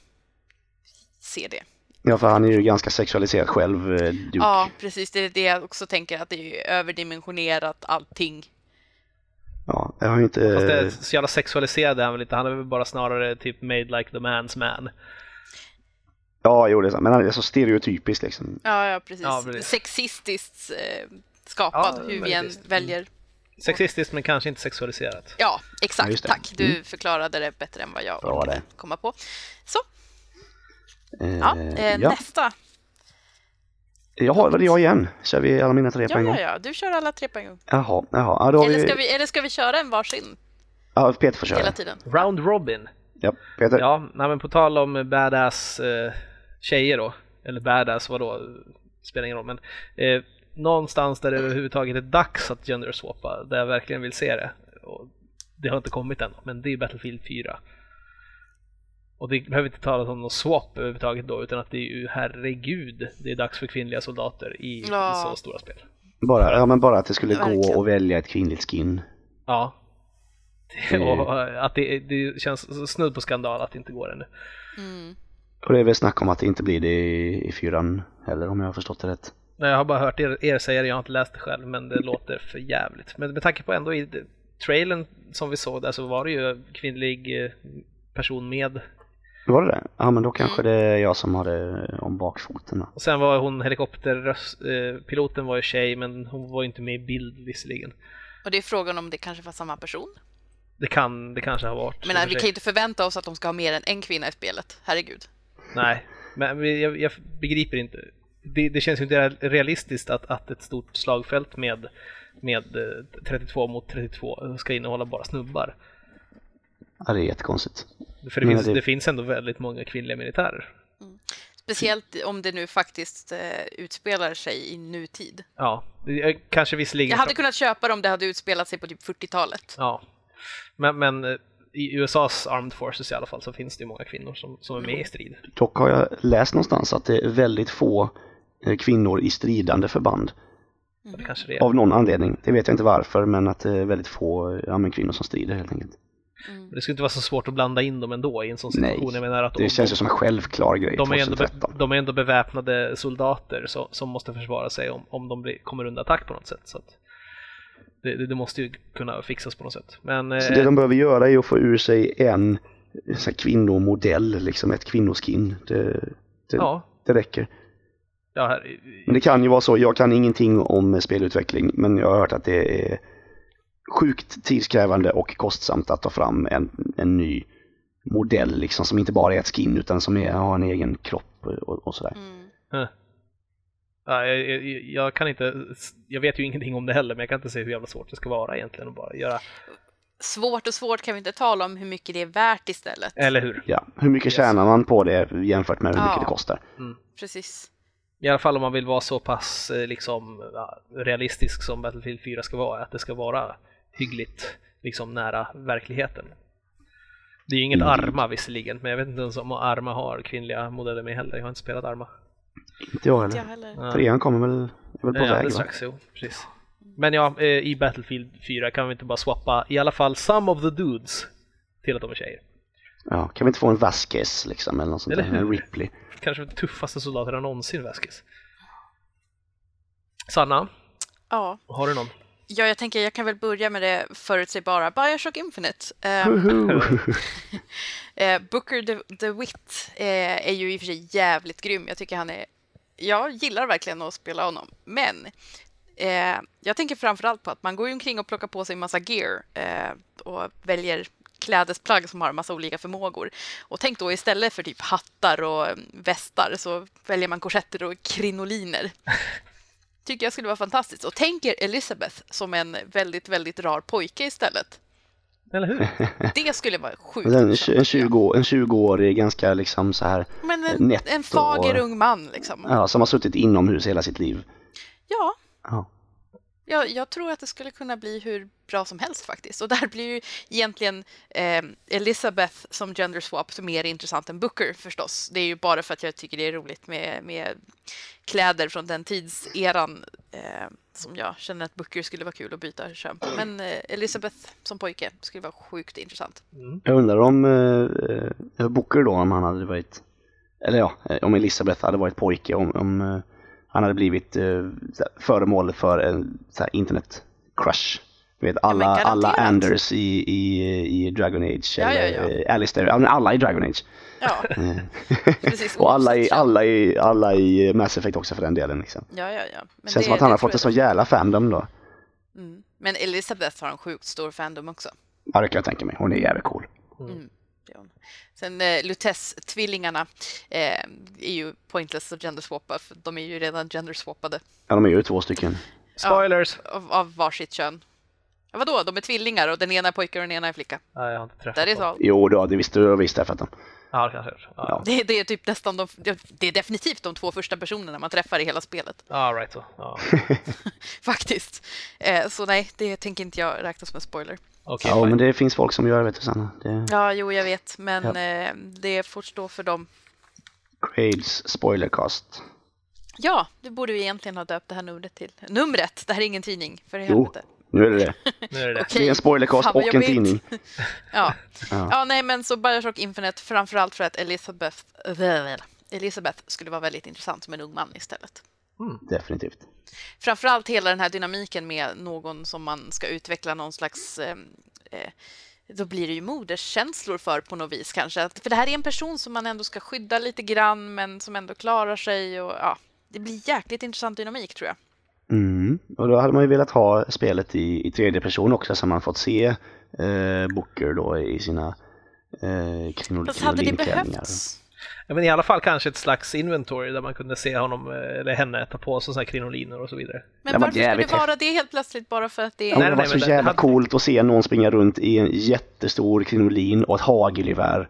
A: se det.
B: Ja, för han är ju ganska sexualiserad själv, eh, Duke.
A: Ja, precis. Det är det jag också tänker, att det är ju överdimensionerat allting.
B: Ja, jag har ju inte...
C: Fast det
A: Eh.
C: är så jävla sexualiserad är han väl inte. Han är väl bara snarare typ made like the man's man.
B: Ja, jo, det är sant. Men han är så stereotypisk liksom.
A: Ja, ja precis.
C: Ja, precis.
A: Sexistiskt eh, skapad,
C: Ja,
A: hur vi än
C: möjligtvis.
A: väljer.
C: Sexistiskt men kanske inte sexualiserat.
A: Ja,
B: Ja,
A: exakt.
B: just det.
A: Tack. Du förklarade det bättre än vad jag
B: Bra
A: orkade
B: det.
A: komma på. Så,
B: Eh,
A: ja, eh, nästa.
B: Jag har väl jag igen. Kör vi alla mina tre på
A: Ja,
B: en gång?
A: ja, ja, du kör alla tre på en gång.
B: Jaha, jaha. Ja, då har
A: Eller
B: vi...
A: ska vi, eller ska vi köra en varsin
B: Ja, Peter får köra.
A: hela tiden?
C: Round Robin.
B: Ja, Peter.
C: Ja, nej, men på tal om badass eh, tjejer då, eller badass vadå, spelar ingen roll men eh, någonstans där det överhuvudtaget är dags att genderswappa, där jag verkligen vill se det. Och det har inte kommit än, men det är Battlefield 4. Och det behöver inte talas om någon swap överhuvudtaget då, utan att det är ju herregud, det är dags för kvinnliga soldater i
A: Ja.
C: så stora spel.
B: Bara, ja, men bara att det skulle gå
A: Verkligen.
B: att välja ett kvinnligt skin.
C: Ja,
B: Mm.
C: Och eh, att det, det känns snudd på skandal att det inte går ännu.
A: Mm.
B: Och det är väl snack om att det inte blir det i, i fyran heller om jag har förstått det rätt.
C: Nej, jag har bara hört er, er säga det, jag har inte läst det själv, men det låter för jävligt. Men med tanke på ändå i det- trailern som vi såg där så var det ju kvinnlig eh, person med.
B: Var det det? Ja men då kanske det är jag som har det om bakfoten då.
C: Och sen var hon helikopterpiloten var ju tjej, men hon var ju inte med i bild visserligen.
A: Och det är frågan om det kanske var samma person.
C: Det kan det kanske har varit. i och
A: Men
C: för
A: vi kan
C: sig.
A: ju inte förvänta oss att de ska ha mer än en kvinna i spelet. Herregud.
C: Nej, men vi- jag, jag begriper inte. Det, det känns ju inte realistiskt att, att ett stort slagfält med, med eh, 32 mot 32 ska innehålla bara snubbar.
B: Ja det är jättekonstigt.
C: För det,
B: Men
C: finns,
B: det-
C: det finns ändå väldigt många kvinnliga militärer.
A: Speciellt om det nu faktiskt eh, utspelar sig i nutid.
C: Ja, jag- kanske visserligen...
A: Jag hade kunnat köpa det om det hade utspelat sig på typ 40-talet.
C: Ja. Men, men eh, i USAs Armed Forces i alla fall så finns det ju många kvinnor som, som är
A: Mm.
C: med i strid.
B: Dock har jag läst någonstans att det är väldigt få eh, kvinnor i stridande förband.
C: Och Det kanske det är.
B: Av någon anledning. Det vet jag inte varför men att det är väldigt få eh, ja, men kvinnor som strider helt enkelt.
C: Men Det skulle inte vara så svårt att blanda in dem ändå i en sån situation.
B: Nej,
C: jag menar att
B: Det
C: om-
B: känns ju som en självklar grej
C: de är, ändå be,
B: 2013.
C: de är ändå beväpnade soldater som, som måste försvara sig om, om de blir, kommer under attack på något sätt. Så att det, det, det måste ju kunna fixas på något sätt. Men eh,
B: Så det de behöver göra är att få ur sig en eh, så här, kvinnomodell, liksom ett kvinnoskin. Det, det,
C: ja,
B: det räcker.
C: ja här,
B: Men det kan ju vara så, jag kan ingenting om spelutveckling men jag har hört att det är sjukt tidskrävande och kostsamt att ta fram en, en ny modell liksom som inte bara är ett skin utan som är, har en egen kropp och, och sådär.
A: Mm.
C: ja, jag, jag, jag kan inte, jag vet ju ingenting om det heller, men jag kan inte se hur jävla svårt det ska vara egentligen att bara göra,
A: Svårt och svårt kan vi inte tala om hur mycket det är värt istället.
C: eller hur?
B: Ja, hur mycket
C: Yes.
B: tjänar man på det jämfört med hur mycket
A: Ja.
B: det kostar?
A: Precis.
C: I alla fall om man vill vara så pass eh, liksom, ja, realistisk som Battlefield 4 ska vara, att det ska vara hyggligt liksom, nära verkligheten. Det är ju inget
B: Mm.
C: Arma visserligen, men jag vet inte ens om Arma har kvinnliga modeller med heller. Jag har inte spelat Arma.
B: Inte jag
A: Inte jag
B: heller.
A: heller.
C: Ja.
B: Trean kommer väl, är väl på
C: Eh,
B: väg
C: alldeles
B: va?
C: strax, jo, precis. Men ja, eh, i Battlefield 4 kan vi inte bara swappa i alla fall some of the dudes till att de är tjejer.
B: Ja, kan vi inte få en Vasquez liksom eller något sånt
C: Eller
B: där? En
C: hur?
B: Ripley.
C: Kanske den tuffaste soldaterna någonsin, Väskis. Sanna,
A: Ja.
C: har du någon?
A: ja, jag tänker jag kan väl börja med det förutsägbara. Bioshock Infinite. Eh,
B: Huhu.
A: Eh, Booker De- DeWitt eh, är ju i och för sig jävligt grym. Jag tycker han är... Jag gillar verkligen att spela honom. Men eh, jag tänker framförallt på att man går ju omkring och plockar på sig en massa gear eh, och väljer klädesplagg som har en massa olika förmågor. Och tänk då istället för typ hattar och eh, västar så väljer man korsetter och krinoliner. Tycker jag skulle vara fantastiskt. Och tänk er Elizabeth som en väldigt, väldigt rar pojke istället.
C: Eller hur?
A: Det skulle vara sjukt.
B: Den, en
A: intressant, tycker jag.
B: 20 en 20-årig ganska liksom så här
A: Men
B: Eh,
A: en,
B: nätt
A: en fager
B: och-
A: ung man liksom.
B: Ja, som har suttit inomhus hela sitt liv.
A: Ja,
B: Ja.
A: jag, jag tror att det skulle kunna bli hur bra som helst faktiskt. Och där blir ju egentligen eh, Elizabeth som gender swap mer intressant än Booker förstås. Det är ju bara för att jag tycker det är roligt med, med kläder från den tidseran eh, som jag känner att Booker skulle vara kul att byta kön på. Men eh, Elizabeth som pojke skulle vara sjukt intressant.
B: Jag undrar om eh, eh, Booker då, om han hade varit, eller ja, eh, om Elisabeth hade varit pojke, om, om eh, han hade blivit eh, så här, föremål för en så här, internet crush. Du vet alla,
A: men garanterat.
B: alla Anders i, i, i Dragon Age,
A: Ja,
B: eller
A: ja, Eh,
B: eh, Alistair, ja, men alla i Dragon Age.
A: Ja, precis.
B: Och alla i,
A: oavsett kön.
B: alla, i, alla i eh, Mass Effect också för den delen. Liksom.
A: Ja, ja, ja. Men
B: Känns
A: det-
B: som att han
A: det tror
B: har fått
A: jag
B: en sån jävla fandom då.
A: Mm. Men Elizabeth har en sjukt stor fandom också.
B: Ja, det kan jag tänka mig. Hon är jävligt cool.
A: Leon. Sen eh, Lutess-tvillingarna eh, är ju pointless att genderswappa för de är ju redan genderswappade
B: Ja, de är ju två stycken.
C: Spoilers!
A: av, av varsitt kön. Ja, vadå, de är tvillingar och den ena är pojke och den ena är flicka.
C: Nej, jag har inte träffat
A: That is
C: dem.
A: all.
B: Jo, då, det visste jag visst därför att de...
C: Ja, det kanske är. Ja.
A: Det, det är typ nästan de, det- det är definitivt de två första personerna man träffar i hela spelet,
C: Ja, right så. Ja.
A: faktiskt. Eh, så nej, det tänker inte jag räkna som en spoiler.
C: Okej,
B: Ja,
C: fine.
B: men det finns folk som gör det, vet du Sanna. Det...
A: Ja, jo, jag vet, men
B: Ja.
A: eh, det får stå för dem.
B: Crades spoilercast.
A: Ja, det borde vi egentligen ha döpt det här numret till. Numret! Det här är ingen tidning, för i
B: Jo.
A: helvete.
B: Nu är det det.
C: Nu är det det.
B: Det är en spoilercast
A: Fan, vad
B: och en
A: jobbigt.
B: tidning.
A: Ja.
B: Ja.
A: ja. nej men så Bioshock Infinite framförallt för att Elizabeth, Elizabeth skulle vara väldigt intressant som en ung man istället.
B: Definitivt.
A: Framförallt hela den här dynamiken med någon som man ska utveckla någon slags eh, eh, då blir det ju moderskänslor för på något vis kanske. Att- För det här är en person som man ändå ska skydda lite grann men som ändå klarar sig och ja, det blir jäkligt intressant dynamik tror jag.
B: Mm. Och då hade man ju velat ha spelet i, i tredje person också så man fått se eh, Booker då i sina eh,
A: Fast
B: krinoliker och
A: hade det
B: linklänningar.
A: behövts?
C: Ja, men i alla fall kanske ett slags inventory där man kunde se honom eh, eller henne ta på sig sådana här krinoliner och så vidare.
A: Men
B: Det var
A: varför skulle
B: jävligt
A: det vara det helt plötsligt bara för att det är...
B: Ja,
C: Nej,
B: det var
C: nej,
B: så
C: men det-
B: jävla
C: hade-
B: coolt att se någon springa runt i en jättestor krinolin och ett hagelgevär.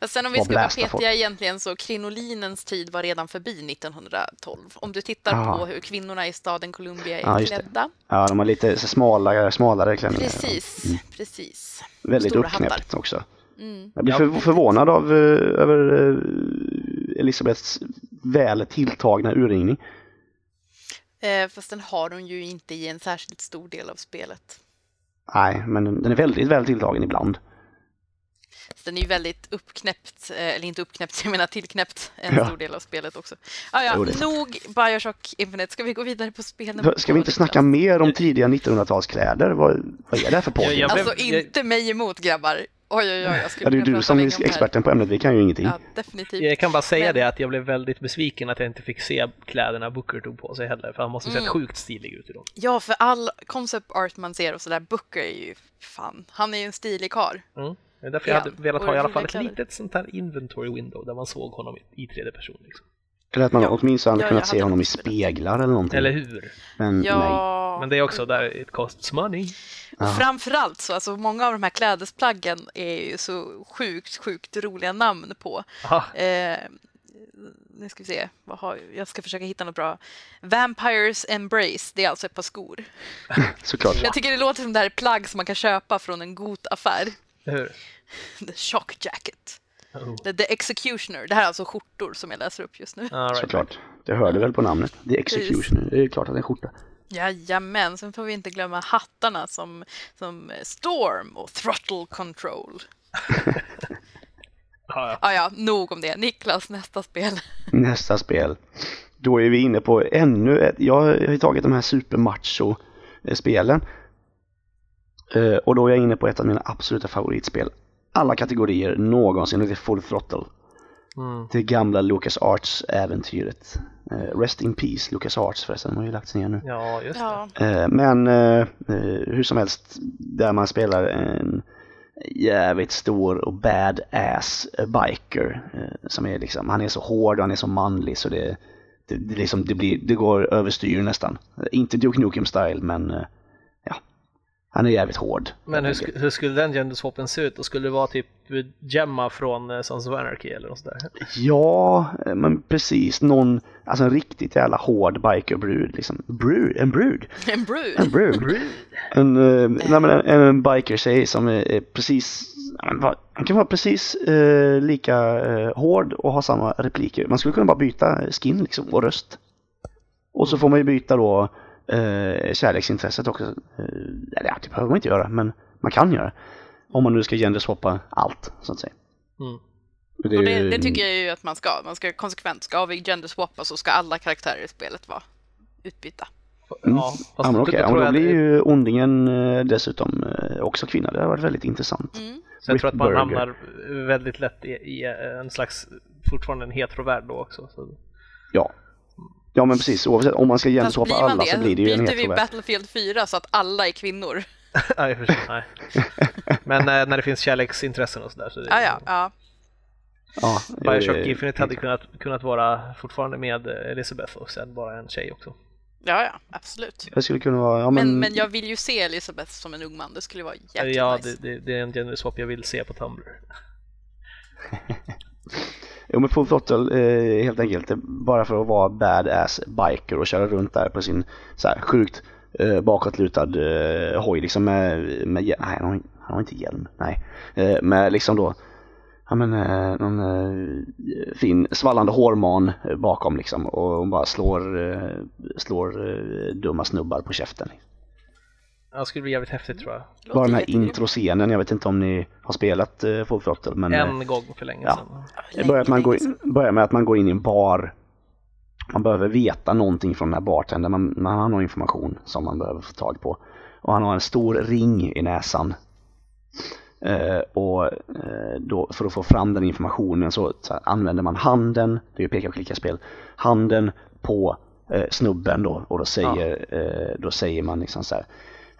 A: Fast Sen om vi
B: Vad
A: ska vara
B: blästa
A: petiga
B: folk.
A: egentligen så krinolinens tid var redan förbi 1912. Om du tittar
B: Ah.
A: på hur kvinnorna i staden Columbia är
B: Ja, just det.
A: klädda.
B: Ja, de har lite så smalare, smalare klänningar.
A: Precis,
B: Mm.
A: precis.
B: Väldigt
A: stora
B: uppknäppt
A: hattar.
B: också.
A: Mm.
B: Jag blir
C: Ja.
B: för, förvånad av, eh, över eh, Elisabeths väl tilltagna urringning.
A: Eh, fast den har hon ju inte i en särskilt stor del av spelet.
B: Nej, men den den är väldigt väl tilltagen ibland.
A: Så Den är ju väldigt uppknäppt, eh, eller inte uppknäppt, jag menar tillknäppt en
B: Ja.
A: stor del av spelet också. Ah, ja,
B: Jo, det är sant.
A: nog Bioshock Infinite, ska vi gå vidare på spelen?
B: Ska vi inte snacka mer om tidiga 1900-talskläder? Vad, vad är det här för podd?
C: Ja, jag-
A: Alltså
C: Jag-
A: inte mig emot grabbar! Oj, oj, oj, jag skulle
B: Ja, det är ju
A: kunna
B: du
A: prata
B: som
A: länge
B: är
A: om det här.
B: experten på ämnet, vi kan ju ingenting.
A: Ja, definitivt.
C: Jag kan bara säga
A: Men-
C: det att jag blev väldigt besviken att jag inte fick se kläderna Booker tog på sig heller, för han måste ha
A: Mm.
C: sett sjukt stilig ut i dem.
A: Ja, för all concept art man ser och sådär, Booker är ju fan, han är ju en stilig karl.
C: Mm. Det är därför
A: Ja,
C: jag hade velat
A: och
C: ha i alla
A: roliga
C: fall ett
A: kläder.
C: litet sånt här inventory window där man såg honom i- i tredje person. Liksom.
B: Eller att man
A: Ja.
B: åtminstone
A: Ja,
B: kunnat
A: jag
B: se
A: hade
B: honom i
A: också velat.
B: speglar eller någonting.
C: Eller hur?
B: Men nej.
A: Ja,
C: Men det är också där it costs money.
A: och framförallt så, alltså många av de här klädesplaggen är ju så sjukt, sjukt roliga namn på.
C: Aha.
A: Eh, nu ska vi se, vad har jag? jag ska försöka hitta något bra. Vampires Embrace, det är alltså ett par skor.
B: Såklart.
A: Jag tycker det låter som det här är plagg som man kan köpa från en god affär.
C: Eller hur?
A: The Shock Jacket.
C: Oh.
A: The, the Executioner, det här är alltså skjortor som jag läser upp just nu.
C: All right.
B: Såklart. Det hör du väl på namnet? The Executioner. Det är ju klart att det är en skjorta.
A: Jajamän, sen får vi inte glömma hattarna som, som Storm och Throttle Control.
C: Ja, ja.
A: Ah, ja, nog om det. Niklas, nästa spel.
B: Nästa spel. Då är vi inne på ännu ett. Jag har ju tagit de här supermacho-spelen. Eh, Och då är jag inne på ett av mina absoluta favoritspel. Alla kategorier någonsin och det är Full Throttle.
C: Mm.
B: Det gamla Lucas Arts-äventyret. Eh, Rest in Peace, Lucas Arts förresten. De har ju lagt sig ner nu.
C: ja, just det.
A: Ja,
B: Eh, Men eh, eh, hur som helst, där man spelar en jävligt stor och badass biker. eh, Som är liksom, han är så hård och han är så manlig så det, det, det, liksom, det, blir, det går överstyr nästan. Eh, Inte Duke Nukem style men eh, ja, han är jävligt hård.
C: Men hur, sk- hur skulle den genderswapen se ut? Och skulle det vara typ Gemma från eh, Sons of Anarchy eller något sådär?
B: Mm. Ja, eh, men precis. Någon, alltså en riktigt jävla hård bikerbrud liksom. Brud, en brud.
A: en
B: En
A: brud.
B: brud. En, eh, nej, men en, en biker-tjej som är, är precis, han var- han kan vara precis eh, lika eh, hård och ha samma repliker. Man skulle kunna bara byta skin liksom och röst. Och så får man ju byta då eh, kärleksintresset också. Eh, eller ja, det behöver man inte göra, men man kan göra. Om man nu ska genderswappa allt, så att säga.
C: Mm.
B: Och
A: Och
B: är
A: det,
B: ju-
A: det tycker jag ju att man ska. Man ska konsekvent, ska vi genderswappa så ska alla karaktärer i spelet vara utbytta.
C: Ja, fast
B: Ja, men
C: då-
B: okej,
C: då
B: ja, men
C: tror
B: då
C: jag-
B: blir ju ondingen eh, dessutom eh, också kvinna. Det har varit väldigt intressant.
C: Så jag tror att man
B: Whitburger.
C: hamnar väldigt lätt i, i eh, en slags, fortfarande en hetero-värld då också. Så.
B: Ja. Ja men precis, oavsett om man ska
A: Fast
B: jämsåpa
A: blir man
B: alla
A: det,
B: så blir det ju en
A: byter vi
B: heterobär.
A: Battlefield 4 så att alla är kvinnor.
C: ja, jag förstår, nej. Men eh, när det finns kärleksintressen och sådär. Så det,
A: Ah, ja, ja.
B: Ja,
C: Bioshock
B: eh,
C: Infinite hade kunnat, kunnat vara fortfarande med eh, Elizabeth och sen bara en tjej också.
A: ja, ja, absolut.
B: Jag skulle kunna vara, ja men,
A: Men, men jag vill ju se Elisabeth som en ung man, det skulle vara jäkligt
C: ja,
A: nice.
C: det, det, det är en gender swap jag vill se på Tumblr.
B: Jo, men Full Throttle eh, helt enkelt, eh, bara för att vara badass biker och köra runt där på sin så här, sjukt eh, bakåtlutad eh, hoj liksom med, med hjäl- nej han har, han har inte hjälm, nej. Eh, med liksom då, ja men eh, någon eh, fin svallande hårman eh, bakom liksom liksom. och hon bara slår, eh, slår eh, dumma snubbar på käften.
C: Ja, Det skulle bli jävligt häftigt tror jag.
A: Låter
B: Bara den här
A: jättegrymt.
B: introscenen, jag vet inte om ni har spelat eh, Full Throttle, men eh,
C: En gång för länge
B: ja.
C: sedan.
B: det börjar, att man
A: Länge,
B: går
A: länge sedan.
B: in, börjar med att man går in i en bar. Man behöver veta någonting från den här bartendern, man, man har någon information som man behöver få tag på. Och han har en stor ring i näsan. Eh, och eh, då, för att få fram den informationen så, så här, använder man handen, det är ju peka och klicka spel, handen på eh, snubben då och då säger, eh, då säger man liksom så här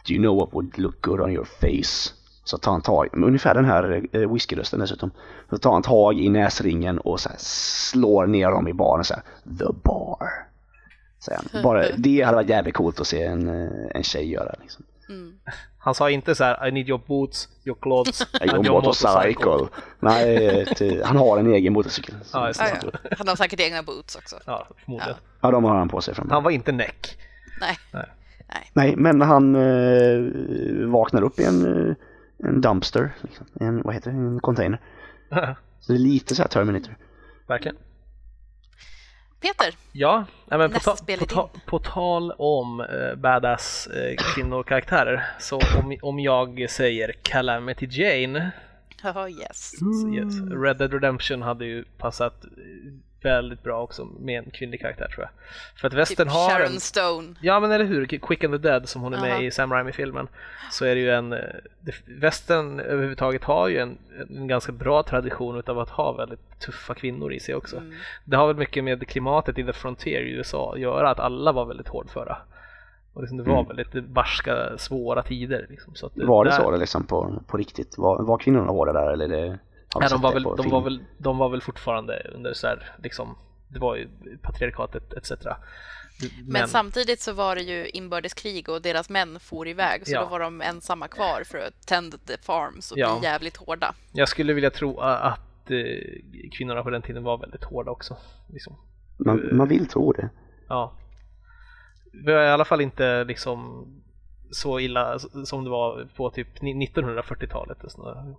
B: Do you know what would look good on your face? Så tar han tag, ungefär den här eh, whiskyrösten dessutom. Så tar han tag i näsringen och så här slår ner dem i baren så här The bar. Säger han. Bara det hade varit jävligt coolt att se en, eh, en tjej göra liksom.
C: Han sa inte så här I need your boots, your clothes, and
B: Jag
C: your motorcycle.
B: motorcycle. Nej, eh, ty- han har en egen motorcykel.
C: Ja, just det.
A: Ja, ja. Han har säkert egna boots också.
C: Ja, förmodligen.
B: Ja, de har han på sig från
C: Han
B: början.
C: var inte näck.
A: Nej.
C: Nej.
A: Nej.
B: Nej, men han eh, vaknar upp i en, eh, en dumpster, liksom. en, vad heter det, en container. Så det är lite så här Terminator.
C: Verkligen.
A: Peter,
C: Ja, nej, men på,
A: Nästa
C: ta,
A: spel
C: på,
A: är
C: ta, på tal om eh, badass eh, kvinnokaraktärer, så om, om jag säger Calamity Jane,
A: haha yes.
C: så
B: Mm.
C: yes, Red Dead Redemption hade ju passat eh, väldigt bra också med en kvinnlig karaktär tror jag. För att
A: Typ
C: västern har en...
A: Sharon Stone.
C: Ja men eller hur, Quick and the Dead som hon är med
A: Aha.
C: i Sam Raimi-filmen. Så är det ju en, eh, det- västern överhuvudtaget har ju en, en ganska bra tradition utav att ha väldigt tuffa kvinnor i sig också. Det har väl mycket med klimatet i The Frontier i USA att göra, att alla var väldigt hårdföra. Och liksom det var väldigt barska, svåra tider. Liksom. Så att
B: Mm. Var det
C: där-
B: så det liksom på, på riktigt? Var, var kvinnorna hårda där eller? Det, har vi
C: Ja, de,
B: sett
C: var
B: det
C: väl,
B: på
C: de,
B: film?
C: var väl, de var väl fortfarande under så här, liksom, det var ju patriarkatet etc.
A: Men, samtidigt så var det ju inbördeskrig och deras män for iväg så
C: Ja.
A: då var de ensamma kvar för att tend the farms och
C: Ja.
A: bli jävligt hårda.
C: Jag skulle vilja tro a- att eh, kvinnorna på den tiden var väldigt hårda också. Liksom.
B: man, man vill tro det.
C: Ja. Vi var i alla fall inte liksom så illa s- som det var på typ ni- 1940-talet. och sådär.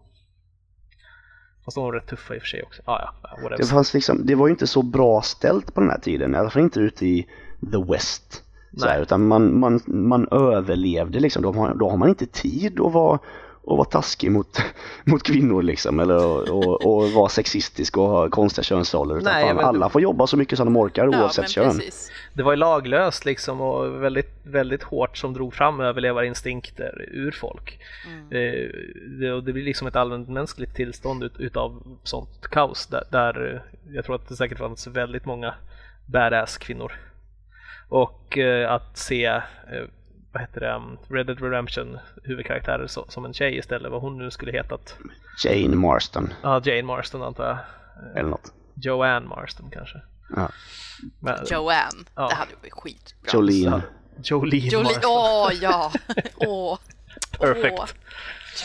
C: Fast de var rätt tuffa i och för sig också. Ah, ja, whatever.
B: Det, fanns liksom, det var ju inte så bra ställt på den här tiden, i alla fall inte ute i the West. Så här,
C: Nej.
B: utan man, man, man överlevde liksom, då har, då har man inte tid att vara, att vara taskig mot, mot kvinnor liksom, eller att- och, och vara sexistisk och ha konstiga könsroller. Utan
C: Nej,
B: fan,
C: men-
B: alla får jobba så mycket som de orkar
A: ja,
B: oavsett
A: men
B: kön.
A: precis.
C: Det var ju laglöst liksom och väldigt, väldigt hårt som drog fram överlevarinstinkter ur folk. Eh, Det, och det blir liksom ett allmänmänskligt tillstånd ut, utav sånt kaos där, där eh, jag tror att det säkert fanns väldigt många badass kvinnor. Och eh, att se eh, vad heter det, um, Red Dead Redemption huvudkaraktärer så, som en tjej istället, vad hon nu skulle hetat.
B: Jane Marston,
C: Ja, Jane Marston antar jag.
B: eller något.
C: Joanne Marston kanske.
B: Ja.
C: Men,
A: Joanne,
C: Ja.
A: det hade ju varit skitbra.
B: Jolene.
C: Jolene,
A: Jolene,
C: Marston.
A: åh ja! Åh,
C: Perfect.
A: åh.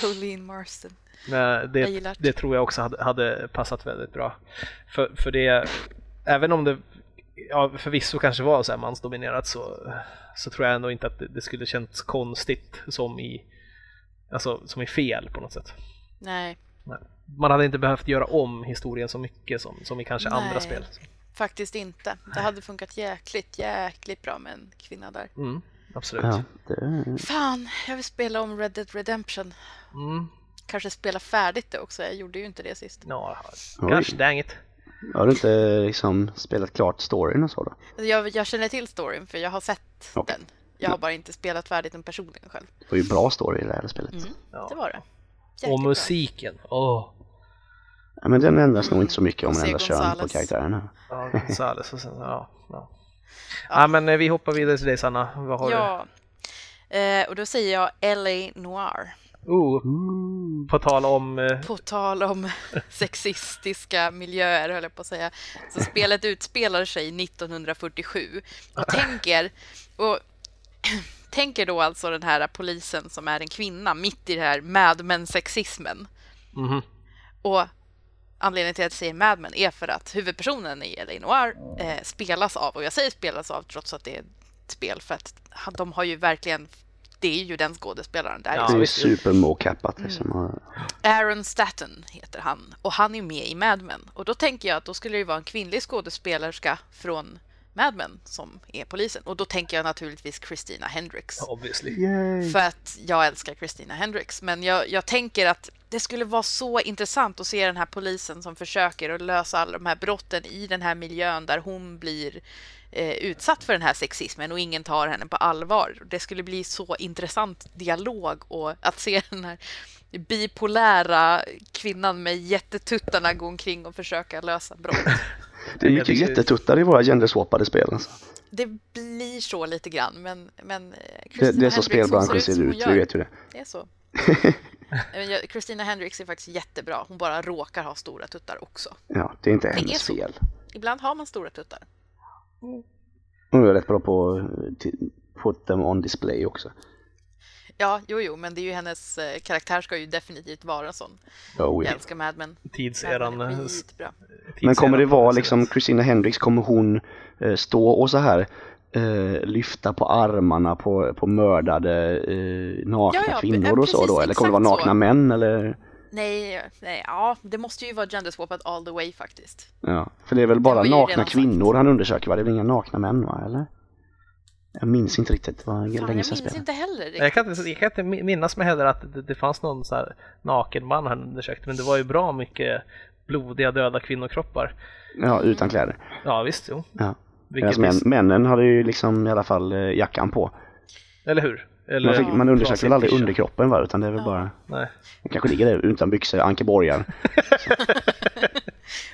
A: Jolene Marston.
C: Men
A: Jag
C: det,
A: gillar det.
C: det tror jag också hade, hade passat väldigt bra. För, för det, även om det ja, förvisso kanske var så här mansdominerat så, så tror jag ändå inte att det, det skulle känts konstigt som i, alltså, som i fel på något sätt.
A: Nej,
C: Nej. Man hade inte behövt göra om historien så mycket som, som i kanske andra
A: Nej.
C: spel.
A: faktiskt inte. Det hade funkat jäkligt, jäkligt bra med en kvinna där.
C: Mm, absolut.
B: Ja, det,
A: Fan, jag vill spela om Red Dead Redemption.
C: Mm,
A: Kanske spela färdigt det också, jag gjorde ju inte det sist.
C: ja,
B: Oj.
C: gosh dang it.
B: har du inte liksom spelat klart storyn och så då?
A: Alltså, Jag, jag känner till storyn för jag har sett
B: Okej.
A: den. Jag har bara inte spelat färdigt den personligen själv.
B: Det var ju bra story i det här spelet.
C: Ja.
A: Det var det.
C: Och
A: Jäkligt bra.
C: musiken, åh.
B: Ja, men den ändras nog inte så mycket om
A: Och
B: man
A: se
B: ändrar kön på
A: Gonzales.
B: karaktärerna.
C: Ja, Gonzales och sen, ja. ja. Ja, men eh, vi hoppar vidare till dig Sanna. Vad har du?
A: Ja. Eh, och då säger jag L.A. Noir.
C: Oh, på tal om... eh,
A: På tal om sexistiska miljöer, höll jag på att säga. Så spelet utspelar sig 1947. Och tänker, och tänker då alltså den här polisen som är en kvinna mitt i det här Mad Men-sexismen.
C: mhm.
A: Och anledningen till att jag säger Mad Men är för att huvudpersonen i L.A. Noir eh, spelas av, och jag säger spelas av trots att det är ett spel, för att han- de har ju verkligen, det är ju den skådespelaren där.
C: Ja,
B: det är ju
C: visst.
B: supermocappat liksom.
A: Mm.
B: Och-
A: Aaron Staton heter han och han är med i Mad Men. Och då tänker jag att då skulle det ju vara en kvinnlig skådespelerska från Mad Men som är polisen. Och då tänker jag naturligtvis Christina Hendricks.
C: Obviously.
B: Yay.
A: För att jag älskar Christina Hendricks. Men jag, jag tänker att det skulle vara så intressant att se den här polisen som försöker att lösa alla de här brotten i den här miljön där hon blir eh, utsatt för den här sexismen och ingen tar henne på allvar. Det skulle bli så intressant dialog och att se den här bipolära kvinnan med jättetuttarna gå omkring och försöka lösa brott.
B: Det är mycket
C: tycker-
B: jättetuttar i våra genderswappade spel. Alltså.
A: Det blir så lite grann, men... men eh,
B: Det, det
A: Christina
B: är
A: Hendricks,
B: så
A: hon
B: spelbranschen
A: som
B: ser
A: hon
B: ut,
A: gör.
B: vi vet ju det.
A: Det är så. Nej, men jag- Christina Hendricks är faktiskt jättebra. Hon bara råkar ha stora tuttar också.
B: Ja, det är inte
A: är
B: hennes
A: så.
B: fel.
A: Ibland har man stora tuttar.
B: Hon är rätt bra på att t- put them on display också.
A: Ja, jo, jo, men det är ju hennes eh, karaktär ska ju definitivt vara sån.
B: Oh,
A: Jag
B: yeah.
A: älskar Mad Men.
C: Tidseran.
A: Mad Men
C: eh,
A: är
C: s-
A: skitbra.
B: Men kommer det
C: tidseran-
B: vara liksom Christina Hendricks, kommer hon eh, stå och så här eh, lyfta på armarna på, på mördade eh, nakna
A: Ja, ja,
B: kvinnor
A: ja,
B: och så
A: precis,
B: då? Eller kommer det vara
A: exakt
B: nakna
A: så.
B: män eller?
A: Nej, nej, ja, det måste ju vara genderswapat all the way faktiskt.
B: Ja, för det är väl bara
A: har ju
B: nakna
A: redan sagt.
B: kvinnor han undersöker va? Det är väl inga nakna män va, eller? Jag minns inte riktigt, det var
A: Fan, jag
B: länge sedan jag
A: minns
B: spelade.
A: inte heller riktigt.
C: Jag kan, inte, jag kan inte mi- minnas mig heller att det, det fanns någon så här naken man han undersökte, men det var ju bra mycket blodiga döda kvinnokroppar.
B: Ja, utan kläder.
C: Ja visst, jo.
B: Ja.
C: Vilket
B: Medan
C: visst-
B: män, männen hade ju liksom i alla fall eh, jackan på.
C: Eller hur? Eller,
B: Man, fick, man undersöker väl aldrig
C: Trasig
B: underkroppen va, utan det är väl
A: Ja.
B: bara...
C: Nej.
B: De kanske ligger där utan byxor, ankeborgar.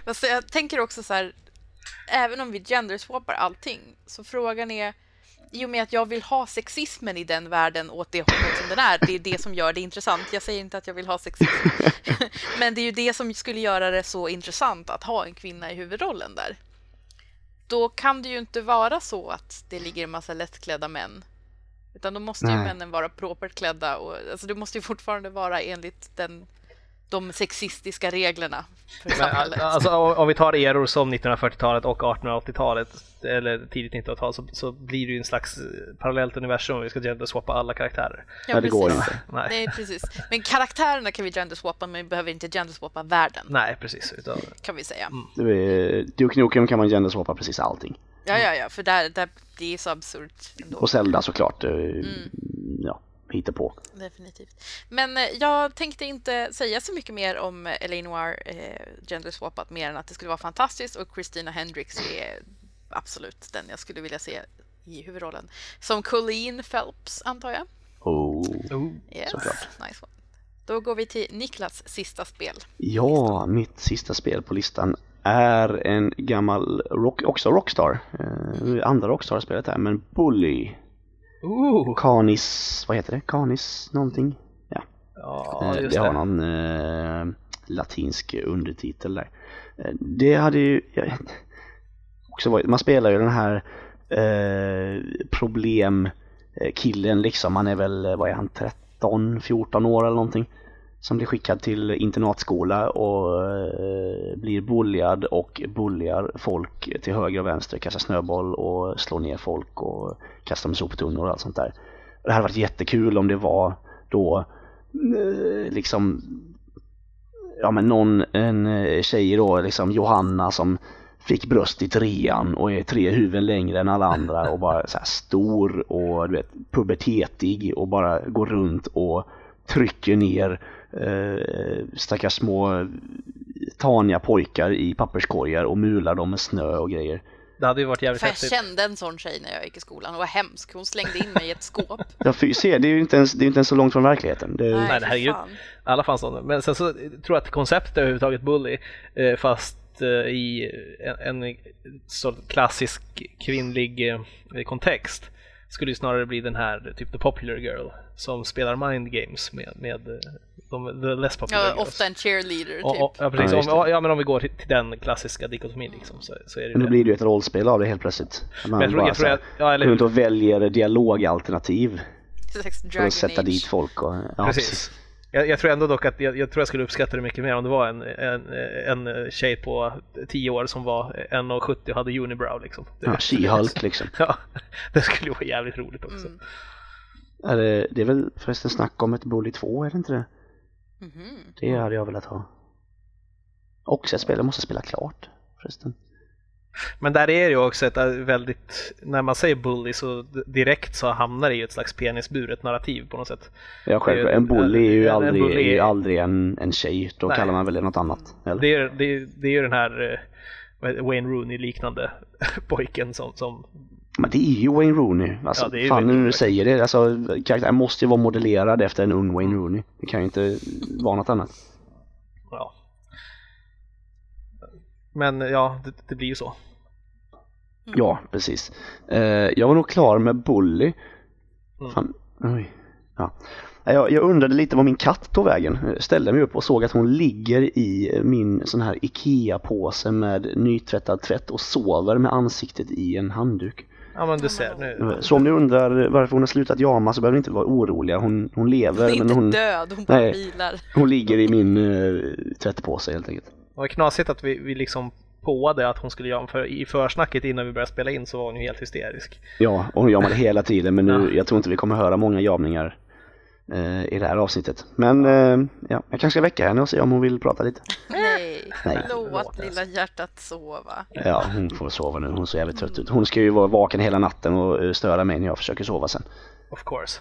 A: Fast jag tänker också så här, även om vi genderswapar allting, så frågan är, i och med att jag vill ha sexismen i den världen åt det hållet som den är, det är det som gör det intressant. Jag säger inte att jag vill ha sexism, men det är ju det som skulle göra det så intressant att ha en kvinna i huvudrollen där. Då kan det ju inte vara så att det ligger en massa lättklädda män. Utan då måste ju
B: Nej.
A: männen vara propert klädda och alltså det måste ju fortfarande vara enligt den, de sexistiska reglerna för
C: Men,
A: samhället.
C: alltså, om om vi tar eror som 1940-talet och 1880-talet, eller tidigt 1900-tal, så, så blir det ju en slags eh, parallellt universum om vi ska genderswappa alla karaktärer.
A: Ja,
B: Nej, det går
A: precis.
B: inte.
C: Nej, nej,
A: Nej, precis. Men karaktärerna kan vi genderswappa, men vi behöver inte genderswappa världen,
C: precis. Utan,
A: kan vi säga.
B: Det är- Duke Nukem kan man genderswappa precis allting.
A: Ja, ja, ja, för där, där, det är så absurt ändå,
B: Och Zelda såklart. eh,
A: Mm.
B: Ja, hittar på.
A: definitivt. Men eh, jag tänkte inte säga så mycket mer om eh, Eleanor eh, genderswapat, mer än att det skulle vara fantastiskt och Christina Hendricks är absolut den jag skulle vilja se i huvudrollen. Som Colleen Phelps, antar jag.
B: Oh.
C: oh.
A: Yes,
B: Såklart.
A: nice one. Då går vi till Niklas sista spel.
B: Ja, mitt sista spel på listan är en gammal, rock, också Rockstar, eh, andra Rockstar-spelet här, men Bully.
C: Ooh.
B: Canis, vad heter det? Canis någonting? Ja,
C: Ja,
B: eh,
C: just
B: det har
C: det.
B: någon eh, latinsk undertitel där. Eh, Det hade ju jag, också varit, man spelar ju den här eh, problemkillen liksom, han är väl, eh, vad är han, 13, 14 år eller någonting. Som blir skickad till internatskola och eh, blir bulliad och bulliar folk till höger och vänster, kastar snöboll och slår ner folk och kastar med soptunnor och allt sånt där. Det hade varit jättekul om det var då eh, liksom ja men någon, en eh, tjej då, liksom Johanna som fick bröst i trean och är tre huvuden längre än alla andra och bara så här stor och du vet pubertetig och bara går runt och trycker ner eh, stackars små taniga pojkar i papperskorgar och mular dem med snö och grejer.
C: Det hade ju varit jävligt
A: För jag
C: häftigt.
A: kände en sån tjej när jag gick i skolan. Hon var hemsk. Hon slängde in mig i ett skåp.
B: Jag ser, det är ju inte ens, det är inte ens så långt från verkligheten. Det är,
A: Nej,
C: det
A: fy
C: här är ju-
A: fan.
C: Alla fanns sådana. Men sen så eh, tror jag att konceptet överhuvudtaget Bully, eh, fast eh, i en, en sort klassisk kvinnlig eh, kontext, skulle ju snarare bli den här typ the popular girl som spelar mind games med, med eh, de the less popular
A: Ja,
C: girls.
A: ofta en cheerleader typ.
C: Och- och- ja, precis.
B: Ja,
C: Om,
B: just
C: ja, men om vi går till, till den klassiska dikotomin liksom, så, så är det ju
B: Men
C: det.
B: då blir det ju ett rollspel av det helt plötsligt. Man
C: Men jag tror,
B: bara
C: jag tror
B: så här-
C: jag, ja, eller
B: Eller... Runt
C: hur?
B: och väljer dialogalternativ
A: Sex
B: för
A: Dragon
B: att sätta
A: Age.
B: dit folk. Och, ja,
C: Precis. Jag, jag tror ändå dock att jag, jag tror jag skulle uppskatta det mycket mer om det var en, en, en tjej på 10 år som var 1,70 och hade unibrow liksom. Det,
B: Ja, She-Hulk liksom.
C: ja, det skulle ju vara jävligt roligt också.
A: Mm.
B: Är det, det är väl förresten snack om ett Bully 2, är det inte det?
A: Mhm.
B: Det hade jag velat ha. Också ett spel jag måste spela klart förresten.
C: Men där är det ju också ett äh, väldigt, när man säger bully så d- direkt så hamnar det ju ett slags penisburet narrativ på något sätt.
B: Ja, självklart. En bully är ju aldrig, är ju aldrig en, en tjej. Då
C: Nej.
B: kallar man väl det något annat. Eller?
C: Det är, det är, det är ju den här eh, vad heter- Wayne Rooney-liknande pojken som, som
B: Men det är ju Wayne Rooney. Alltså,
C: Ja, det är ju
B: fan nu
C: Wayne
B: när du
C: Rooney.
B: säger det. Alltså, karaktären måste ju vara modellerad efter en ung Wayne Rooney. Det kan ju inte vara något annat.
C: ja. Men ja, det, det blir ju så.
B: Ja, precis. Eh, jag var nog klar med Bully.
C: Mm.
B: Fan. Oj. Ja. Nej, Jag, jag undrade lite var min katt tog vägen. Eh, Ställde mig upp och såg att hon ligger i eh, min sån här IKEA-påse med nytvättad tvätt och sover med ansiktet i en handduk.
C: Ja men du ser, nu,
B: Eh, Så om ni undrar varför hon har slutat jama så behöver ni inte vara oroliga. Hon, hon
A: Hon är
B: lever men
A: inte
B: hon,
A: död, hon bara
B: Nej.
A: vilar.
B: hon ligger i min uh, tvättpåse helt enkelt.
C: det var knasigt att vi, vi liksom påade att hon skulle göra för i försnacket innan vi började spela in så var hon ju helt hysterisk.
B: Ja, och hon jamade hela tiden men nu,
C: Ja.
B: jag tror inte vi kommer höra många jamningar eh, i det här avsnittet. Men eh, ja, jag kanske ska väcka henne och se om hon vill prata lite.
A: Nej,
B: Nej.
A: låt lilla
C: alltså.
A: hjärtat sova.
B: Ja, hon får sova nu. Hon ser jävligt trött ut. Hon ska ju vara vaken hela natten och eh, störa mig när jag försöker sova sen.
C: Of course.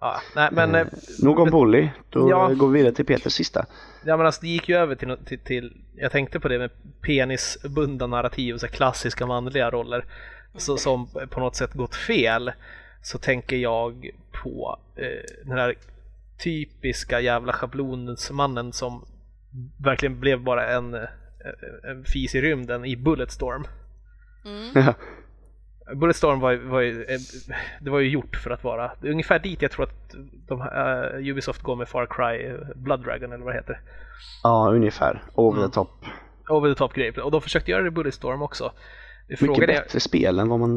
C: Ja, nej, men, eh,
B: Nog om Bully. Då
C: Ja.
B: eh, går vi vidare till Peters sista.
C: ja, men alltså, det gick ju över till, nå- till, till, jag tänkte på det med penisbundna narrativ, och så här klassiska manliga roller, så, som på något sätt gått fel. Så tänker jag på eh, den här typiska jävla schablonsmannen som verkligen blev bara en, eh, en fis i rymden i Bulletstorm.
B: Mm.
C: Bulletstorm var, ju- var, ju- eh, det var ju gjort för att vara, det är ungefär dit jag tror att de, här, eh, Ubisoft går med Far Cry eh, Blood Dragon eller vad det heter.
B: ja, ungefär. Over the top.
C: Over the top grej. Och de försökte göra det i Bulletstorm också.
B: Mycket
C: Frågan är,
B: bättre spel än vad man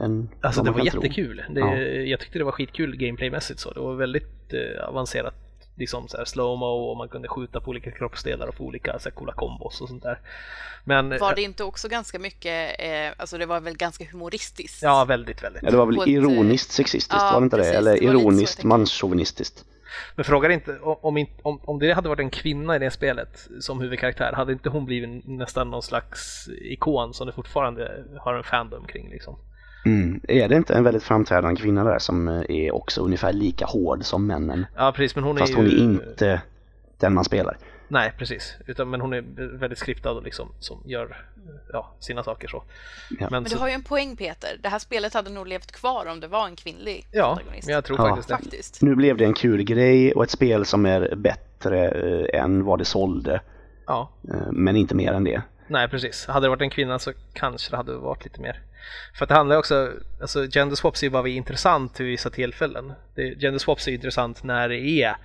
B: än,
C: alltså
B: vad
C: det
B: man
C: var
B: kan
C: jättekul. Det,
B: Ja.
C: Jag tyckte det var skitkul gameplaymässigt så. Det var väldigt eh, avancerat. Liksom så här slowmo och man kunde skjuta på olika kroppsdelar och få olika så här, coola kombos och sånt där. Men eh,
A: Var det inte också ganska mycket, eh, alltså det var väl ganska humoristiskt?
C: ja, väldigt, väldigt.
B: Ja, det var
A: På
B: väl
A: ett- eh,
B: ironiskt sexistiskt,
A: Ja,
B: var det inte det?
A: precis.
B: Eller
A: Det var lite så jag
B: ironiskt
A: tänkte.
B: manschauvinistiskt.
C: Men frågar inte, om, inte- om, om det hade varit en kvinna i det spelet som huvudkaraktär, hade inte hon blivit nästan någon slags ikon som det fortfarande har en fandom kring liksom?
B: Mm. Är det inte en väldigt framträdande kvinna där som eh, är också ungefär lika hård som männen?
C: Ja precis, men hon
B: Fast
C: är
B: hon
C: ju...
B: är inte den man spelar.
C: Nej precis, Utan, men hon är väldigt skriptad och liksom som gör ja, sina saker så.
B: Ja.
C: Men,
A: Men du
C: så
A: har ju en poäng Peter, det här spelet hade nog levt kvar om det var en kvinnlig
C: ja,
A: protagonist.
C: men jag tror
B: Ja.
C: faktiskt det.
A: Faktiskt.
B: Nu blev det en kul grej och ett spel som är bättre eh, än vad det sålde.
C: Ja,
B: eh, Men inte mer än det.
C: nej precis. Hade det varit en kvinna så kanske det hade varit lite mer. För att det handlar ju också, alltså gender swaps är ju bara intressant vid vissa tillfällen. Det, gender swaps är ju intressant när det är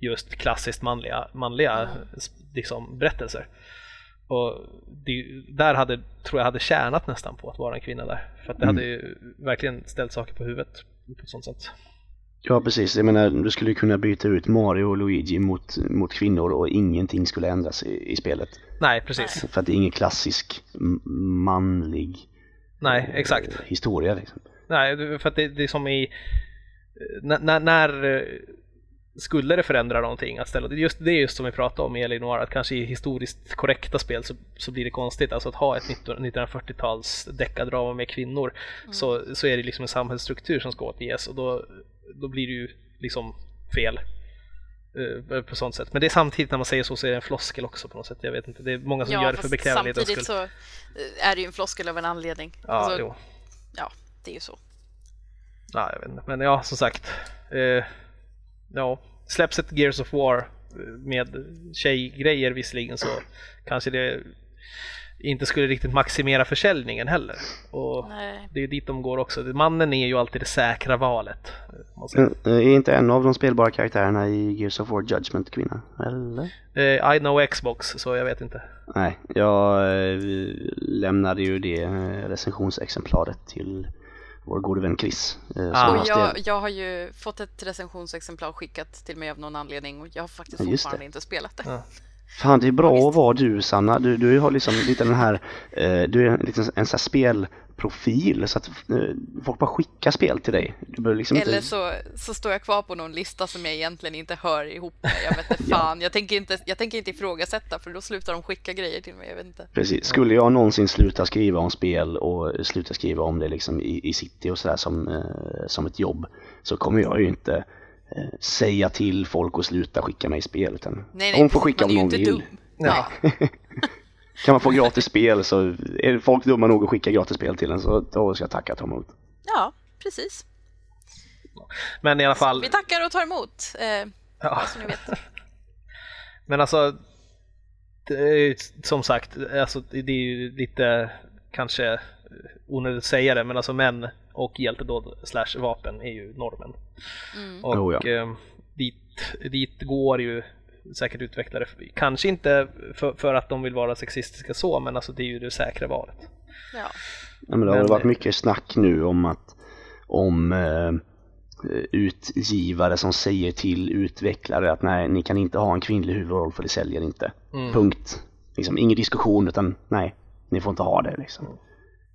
C: just klassiskt manliga, manliga s- liksom, berättelser. Och det, där hade, tror jag hade tjänat nästan på att vara en kvinna där. För att det hade ju verkligen ställt saker på huvudet på ett sånt sätt.
B: Ja precis, jag menar du skulle kunna byta ut Mario och Luigi mot, mot kvinnor och ingenting skulle ändras i, i spelet.
C: Nej, precis.
B: För att det är ingen klassisk m- manlig
C: Nej, exakt.
B: eh, historia. Liksom.
C: Nej, det- för att det, det är som i... När, när, när eh, skulle det förändra någonting att ställa... Just, det är just som vi pratade om i Elinor, att kanske i historiskt korrekta spel så, så blir det konstigt. Alltså att ha ett 19- 1940-tals deckardrama med kvinnor
A: Mm.
C: så, så är det liksom en samhällsstruktur som ska återges och då, då blir det ju liksom fel eh, på sånt sätt. Men det är samtidigt när man säger så så är det en floskel också på något sätt. Jag vet inte, det är många som gör det för
A: fast
C: bekvämlighetens skull.
A: Samtidigt så eh, är det ju en floskel av en anledning.
C: Ja,
A: Alltså,
C: jo.
A: ja, det är ju så.
C: Ja, jag vet inte. Men ja, som sagt. Eh, ja, släpps ett Gears of War eh, med tjejgrejer visserligen så kanske det inte skulle riktigt maximera försäljningen heller. Och
A: Nej.
C: det är dit de går också. Mannen är ju alltid det säkra valet. eh, om Man säger.
B: Eh, Är inte en av de spelbara karaktärerna i Gears of War Judgment kvinna? Eller?
C: Eh, I know Xbox, så jag vet inte.
B: Nej, jag eh, lämnade ju det eh, recensionsexemplaret till vår gode vän Chris. eh, som
C: Ah.
B: har
A: Och
B: spelat-
A: jag, jag har ju fått ett recensionsexemplar skickat till mig av någon anledning och jag har faktiskt
B: Ja, just
A: fortfarande
B: det.
A: inte spelat det.
C: Ja.
B: Fan, det är bra att vara du Sanna. Du, du har liksom lite den här, eh, du är en liten en sån här spelprofil så att eh, folk bara skickar spel till dig. Du behöver liksom
A: Eller
B: inte...
A: så, så står jag kvar på någon lista som jag egentligen inte hör ihop med. Jag vet inte fan. Jag, tänker inte, jag tänker inte ifrågasätta för då slutar de skicka grejer till mig. Jag vet inte.
B: Precis. Skulle jag någonsin sluta skriva om spel och sluta skriva om det liksom i, i city och sådär som, eh, som ett jobb så kommer jag ju inte eh, säga till folk att sluta skicka mig spel utan
A: Nej, nej,
B: de får
A: precis,
B: skicka
A: man
B: om
A: är ju inte
B: de vill.
A: dum. Ja.
B: Kan man få gratis spel så är folk dumma nog att skicka gratis spel till en så då ska jag tacka ta emot.
A: ja, precis.
C: Men i alla fall.
A: Vi tackar och tar emot. Eh,
C: Ja.
A: som ni vet.
C: Men alltså, det är ju, som sagt, alltså, det är ju lite kanske onödigt att säga det, men alltså män och hjältedåd slash vapen är ju normen. Och
B: Jo, Oh ja.
C: eh, dit, dit går ju säkert utvecklare, kanske inte för, för att de vill vara sexistiska så, men alltså det är ju det säkra valet.
A: Ja.
B: Ja, men det har
C: Men-
B: varit mycket snack nu om att om eh, utgivare som säger till utvecklare att nej, ni kan inte ha en kvinnlig huvudroll för det säljer inte.
C: Mm.
B: Punkt. Liksom, ingen diskussion utan nej, ni får inte ha det liksom.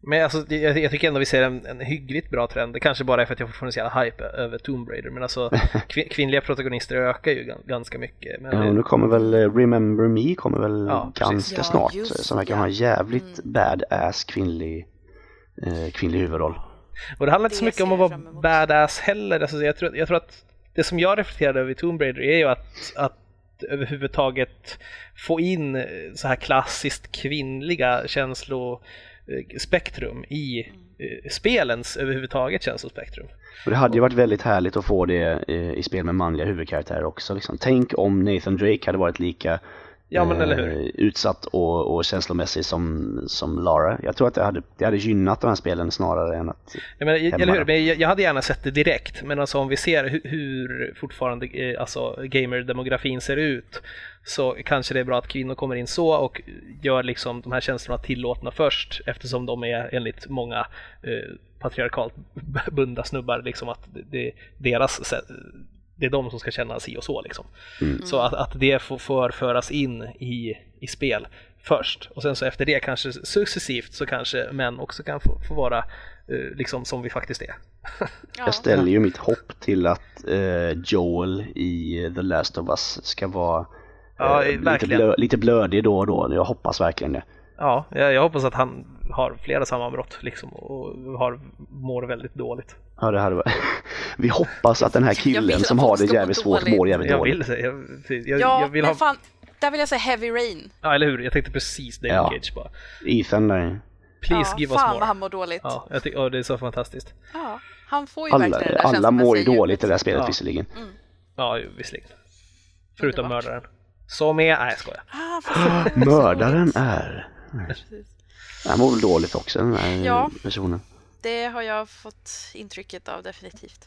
C: Men alltså, det- jag, jag tycker ändå vi ser en, en hyggligt bra trend. Det kanske bara är för att jag fortfarande ser jävla hype över Tomb Raider, men alltså kvin- kvinnliga protagonister ökar ju gan- ganska mycket. Men
B: Ja,
C: det-
B: och nu kommer väl eh, Remember Me kommer väl
C: Ja, precis.
B: ganska
A: Ja,
B: snart
A: just Mm.
B: eh, som verkar
A: ja.
B: ha en jävligt badass kvinnlig, eh, kvinnlig huvudroll.
C: Och det handlar inte
A: Det
C: så mycket
A: ser
C: om att
A: jag
C: vara
A: fram emot.
C: badass heller. Alltså, jag, tror, jag tror att det som jag reflekterade över i Tomb Raider är ju att, att överhuvudtaget få in eh, så här klassiskt kvinnliga känslospektrum i
A: Mm.
C: eh, spelens överhuvudtaget känslospektrum.
B: Och det hade ju varit väldigt härligt att få det eh, i spel med manliga huvudkaraktärer också. Liksom. Tänk om Nathan Drake hade varit lika
C: Ja, men
B: eh,
C: eller hur?
B: utsatt och, och känslomässig som, som Lara. Jag tror att det hade, det hade gynnat de här spelen snarare än att...
C: Jag menar,
B: Hemma
C: eller hur?
B: då.
C: Men jag, jag hade gärna sett det direkt, men alltså om vi ser hur, hur fortfarande eh, alltså, gamerdemografin ser ut så kanske det är bra att kvinnor kommer in så och gör liksom de här känslorna tillåtna först eftersom de är enligt många eh, patriarkalt bunda snubbar liksom att det, deras sätt- det är de som ska känna si och så liksom. Så att, att det får, får föras in i, i spel först och sen så efter det kanske successivt så kanske män också kan få, få vara eh, liksom som vi faktiskt är.
A: Ja.
B: Jag ställer ju mitt hopp till att eh, Joel i eh, The Last of Us ska vara eh,
C: Ja,
B: lite,
C: verkligen.
B: blö, lite blödig då och då. Jag hoppas verkligen det.
C: Ja, jag, jag hoppas att han har flera sammanbrott liksom och har, mår väldigt dåligt.
B: Ja, det hade varit... Vi hoppas att den här
A: vill
B: killen
A: att
B: som
A: de
B: har det
A: ska må
B: jävligt svårt
A: dåligt.
B: mår jävligt
C: Jag
B: dåligt.
C: vill, jag, jag,
A: Ja,
C: jag vill
A: men
C: ha...
A: fan, där vill jag säga Heavy Rain.
C: Ja, eller hur? Jag tänkte precis David
B: Ja.
C: Cage bara.
B: Ethan där.
C: Please
A: ja,
C: give us
A: fan
C: more.
A: vad han mår dåligt. Ja.
C: Ja, jag tycker, ja, det är så fantastiskt.
A: han får ju
B: Alla,
A: verkligen det där
B: alla
A: känslomässiga
B: mår ju
A: djupet.
B: dåligt i det här spelet
C: Ja.
B: visserligen.
C: Ja, ju, visserligen. Förutom
A: Underbart.
C: mördaren. Som är... Nej, jag skojar.
A: Ah, fast-
B: Mördaren är... Han mår väl dåligt också den här
A: Ja.
B: personen.
A: det har jag fått intrycket av definitivt.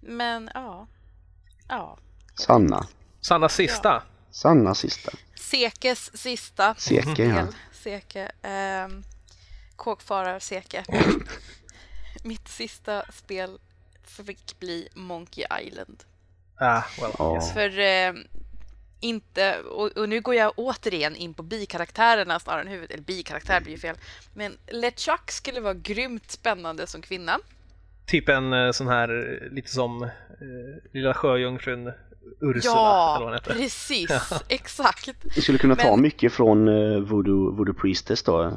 A: Men ja. Ja.
B: Sanna.
C: Sannas sista.
B: Sanna sista.
A: Sekes sista
B: Seke ja.
A: del. Seke. ehm, Kåkfarar-Seke. Mitt sista spel fick bli Monkey Island.
C: Ah, well.
B: ja.
C: Yes.
A: För eh, inte, och, och nu går jag återigen in på bikaraktärerna snarare än huvudet, eller bikaraktär blir ju fel. Men LeChuck skulle vara grymt spännande som kvinna.
C: Typ en eh, sån här, eh, lite som eh, Lilla Sjöjungfrun Ursula, eller vad hon
A: ja,
C: heter.
A: precis, exakt.
B: Vi skulle kunna ta
A: Men-
B: mycket från eh, Voodoo, Voodoo Priestess då. Eh,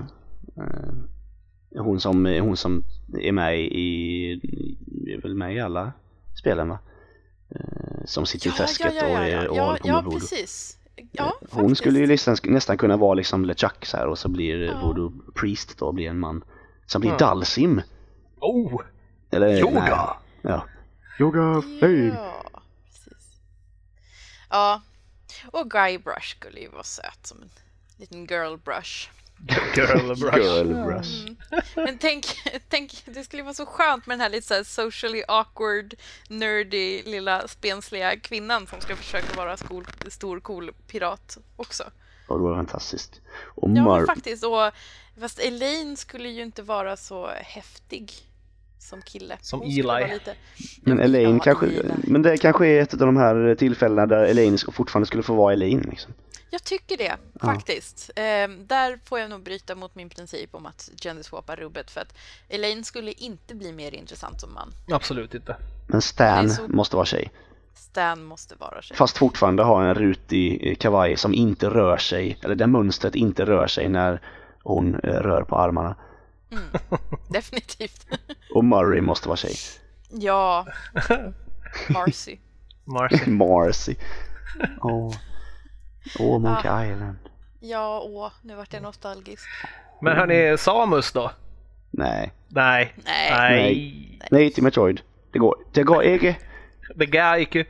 B: hon, som, eh, hon som är med i... Är väl med i alla spelen va? Eh, som sitter i träsket och, är- och
A: ja,
B: håller på med
A: ja
B: voodoo.
A: precis. Ja,
B: Eh, Hon
A: faktiskt.
B: skulle ju nästan, nästan kunna vara liksom LeChuck så här och så blir
A: Ja.
B: Voodoo Priest då blir en man. Som blir
C: Ja.
B: Dalsim.
C: Oh!
B: Eller,
C: Yoga!
B: Nej. Ja. Yoga
A: Ja, precis. Ja, och Guybrush skulle ju våra söt som en liten girlbrush.
C: Girl brush.
B: Girl brush.
A: Mm. Men tänk, tänk, det skulle vara så skönt med den här lite så här socially awkward, nerdy, lilla spensliga kvinnan som ska försöka vara skol, stor cool pirat också.
B: Och det var fantastiskt. Och
A: Ja, men
B: Mur-
A: faktiskt. Och, fast Elaine skulle ju inte vara så häftig som kille.
C: Som
A: Hon skulle
C: Eli.
A: vara Lite...
B: men Elaine
A: Ja,
B: kanske,
A: Eli.
B: men det kanske är ett av de här tillfällena där Elaine sk- fortfarande skulle få vara Elaine liksom.
A: Jag tycker det, faktiskt. Ehm, där får jag nog bryta mot min princip om att kändiswapa rubbet för att Elaine skulle inte bli mer intressant som man.
C: Absolut inte.
B: Men Stan
A: Det är så-
B: måste vara tjej.
A: Stan måste vara tjej.
B: Fast fortfarande ha en rutig eh, kavaj som inte rör sig, eller där mönstret inte rör sig när hon eh, rör på armarna.
A: Definitivt.
B: Och Murray måste vara tjej.
A: ja, Marcy.
C: Marcy.
B: Marcy. Åh. Åh, Monkey Island.
A: Ja, åh, nu vart jag nostalgisk.
C: Men hörni, Samus då?
B: Nej.
C: Nej.
A: Nej.
C: Nej.
B: Nej till Metroid. Det går. Det går E inte.
C: The guy gick ju...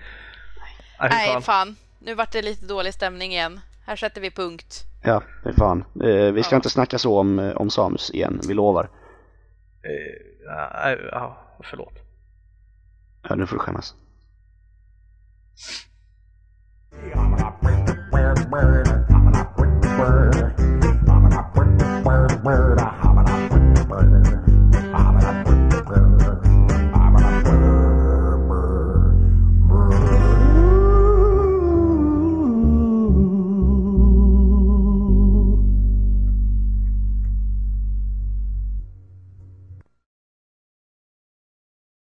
C: Nej, fy
A: Nej,
C: fan.
A: fan. Nu vart det lite dålig stämning igen. Här sätter vi punkt.
B: Ja, för fan. Eh, vi ska inte snacka så om, eh, om Samus igen, vi lovar.
C: Eh, ja, ja, förlåt.
B: Ja, nu får du skämmas.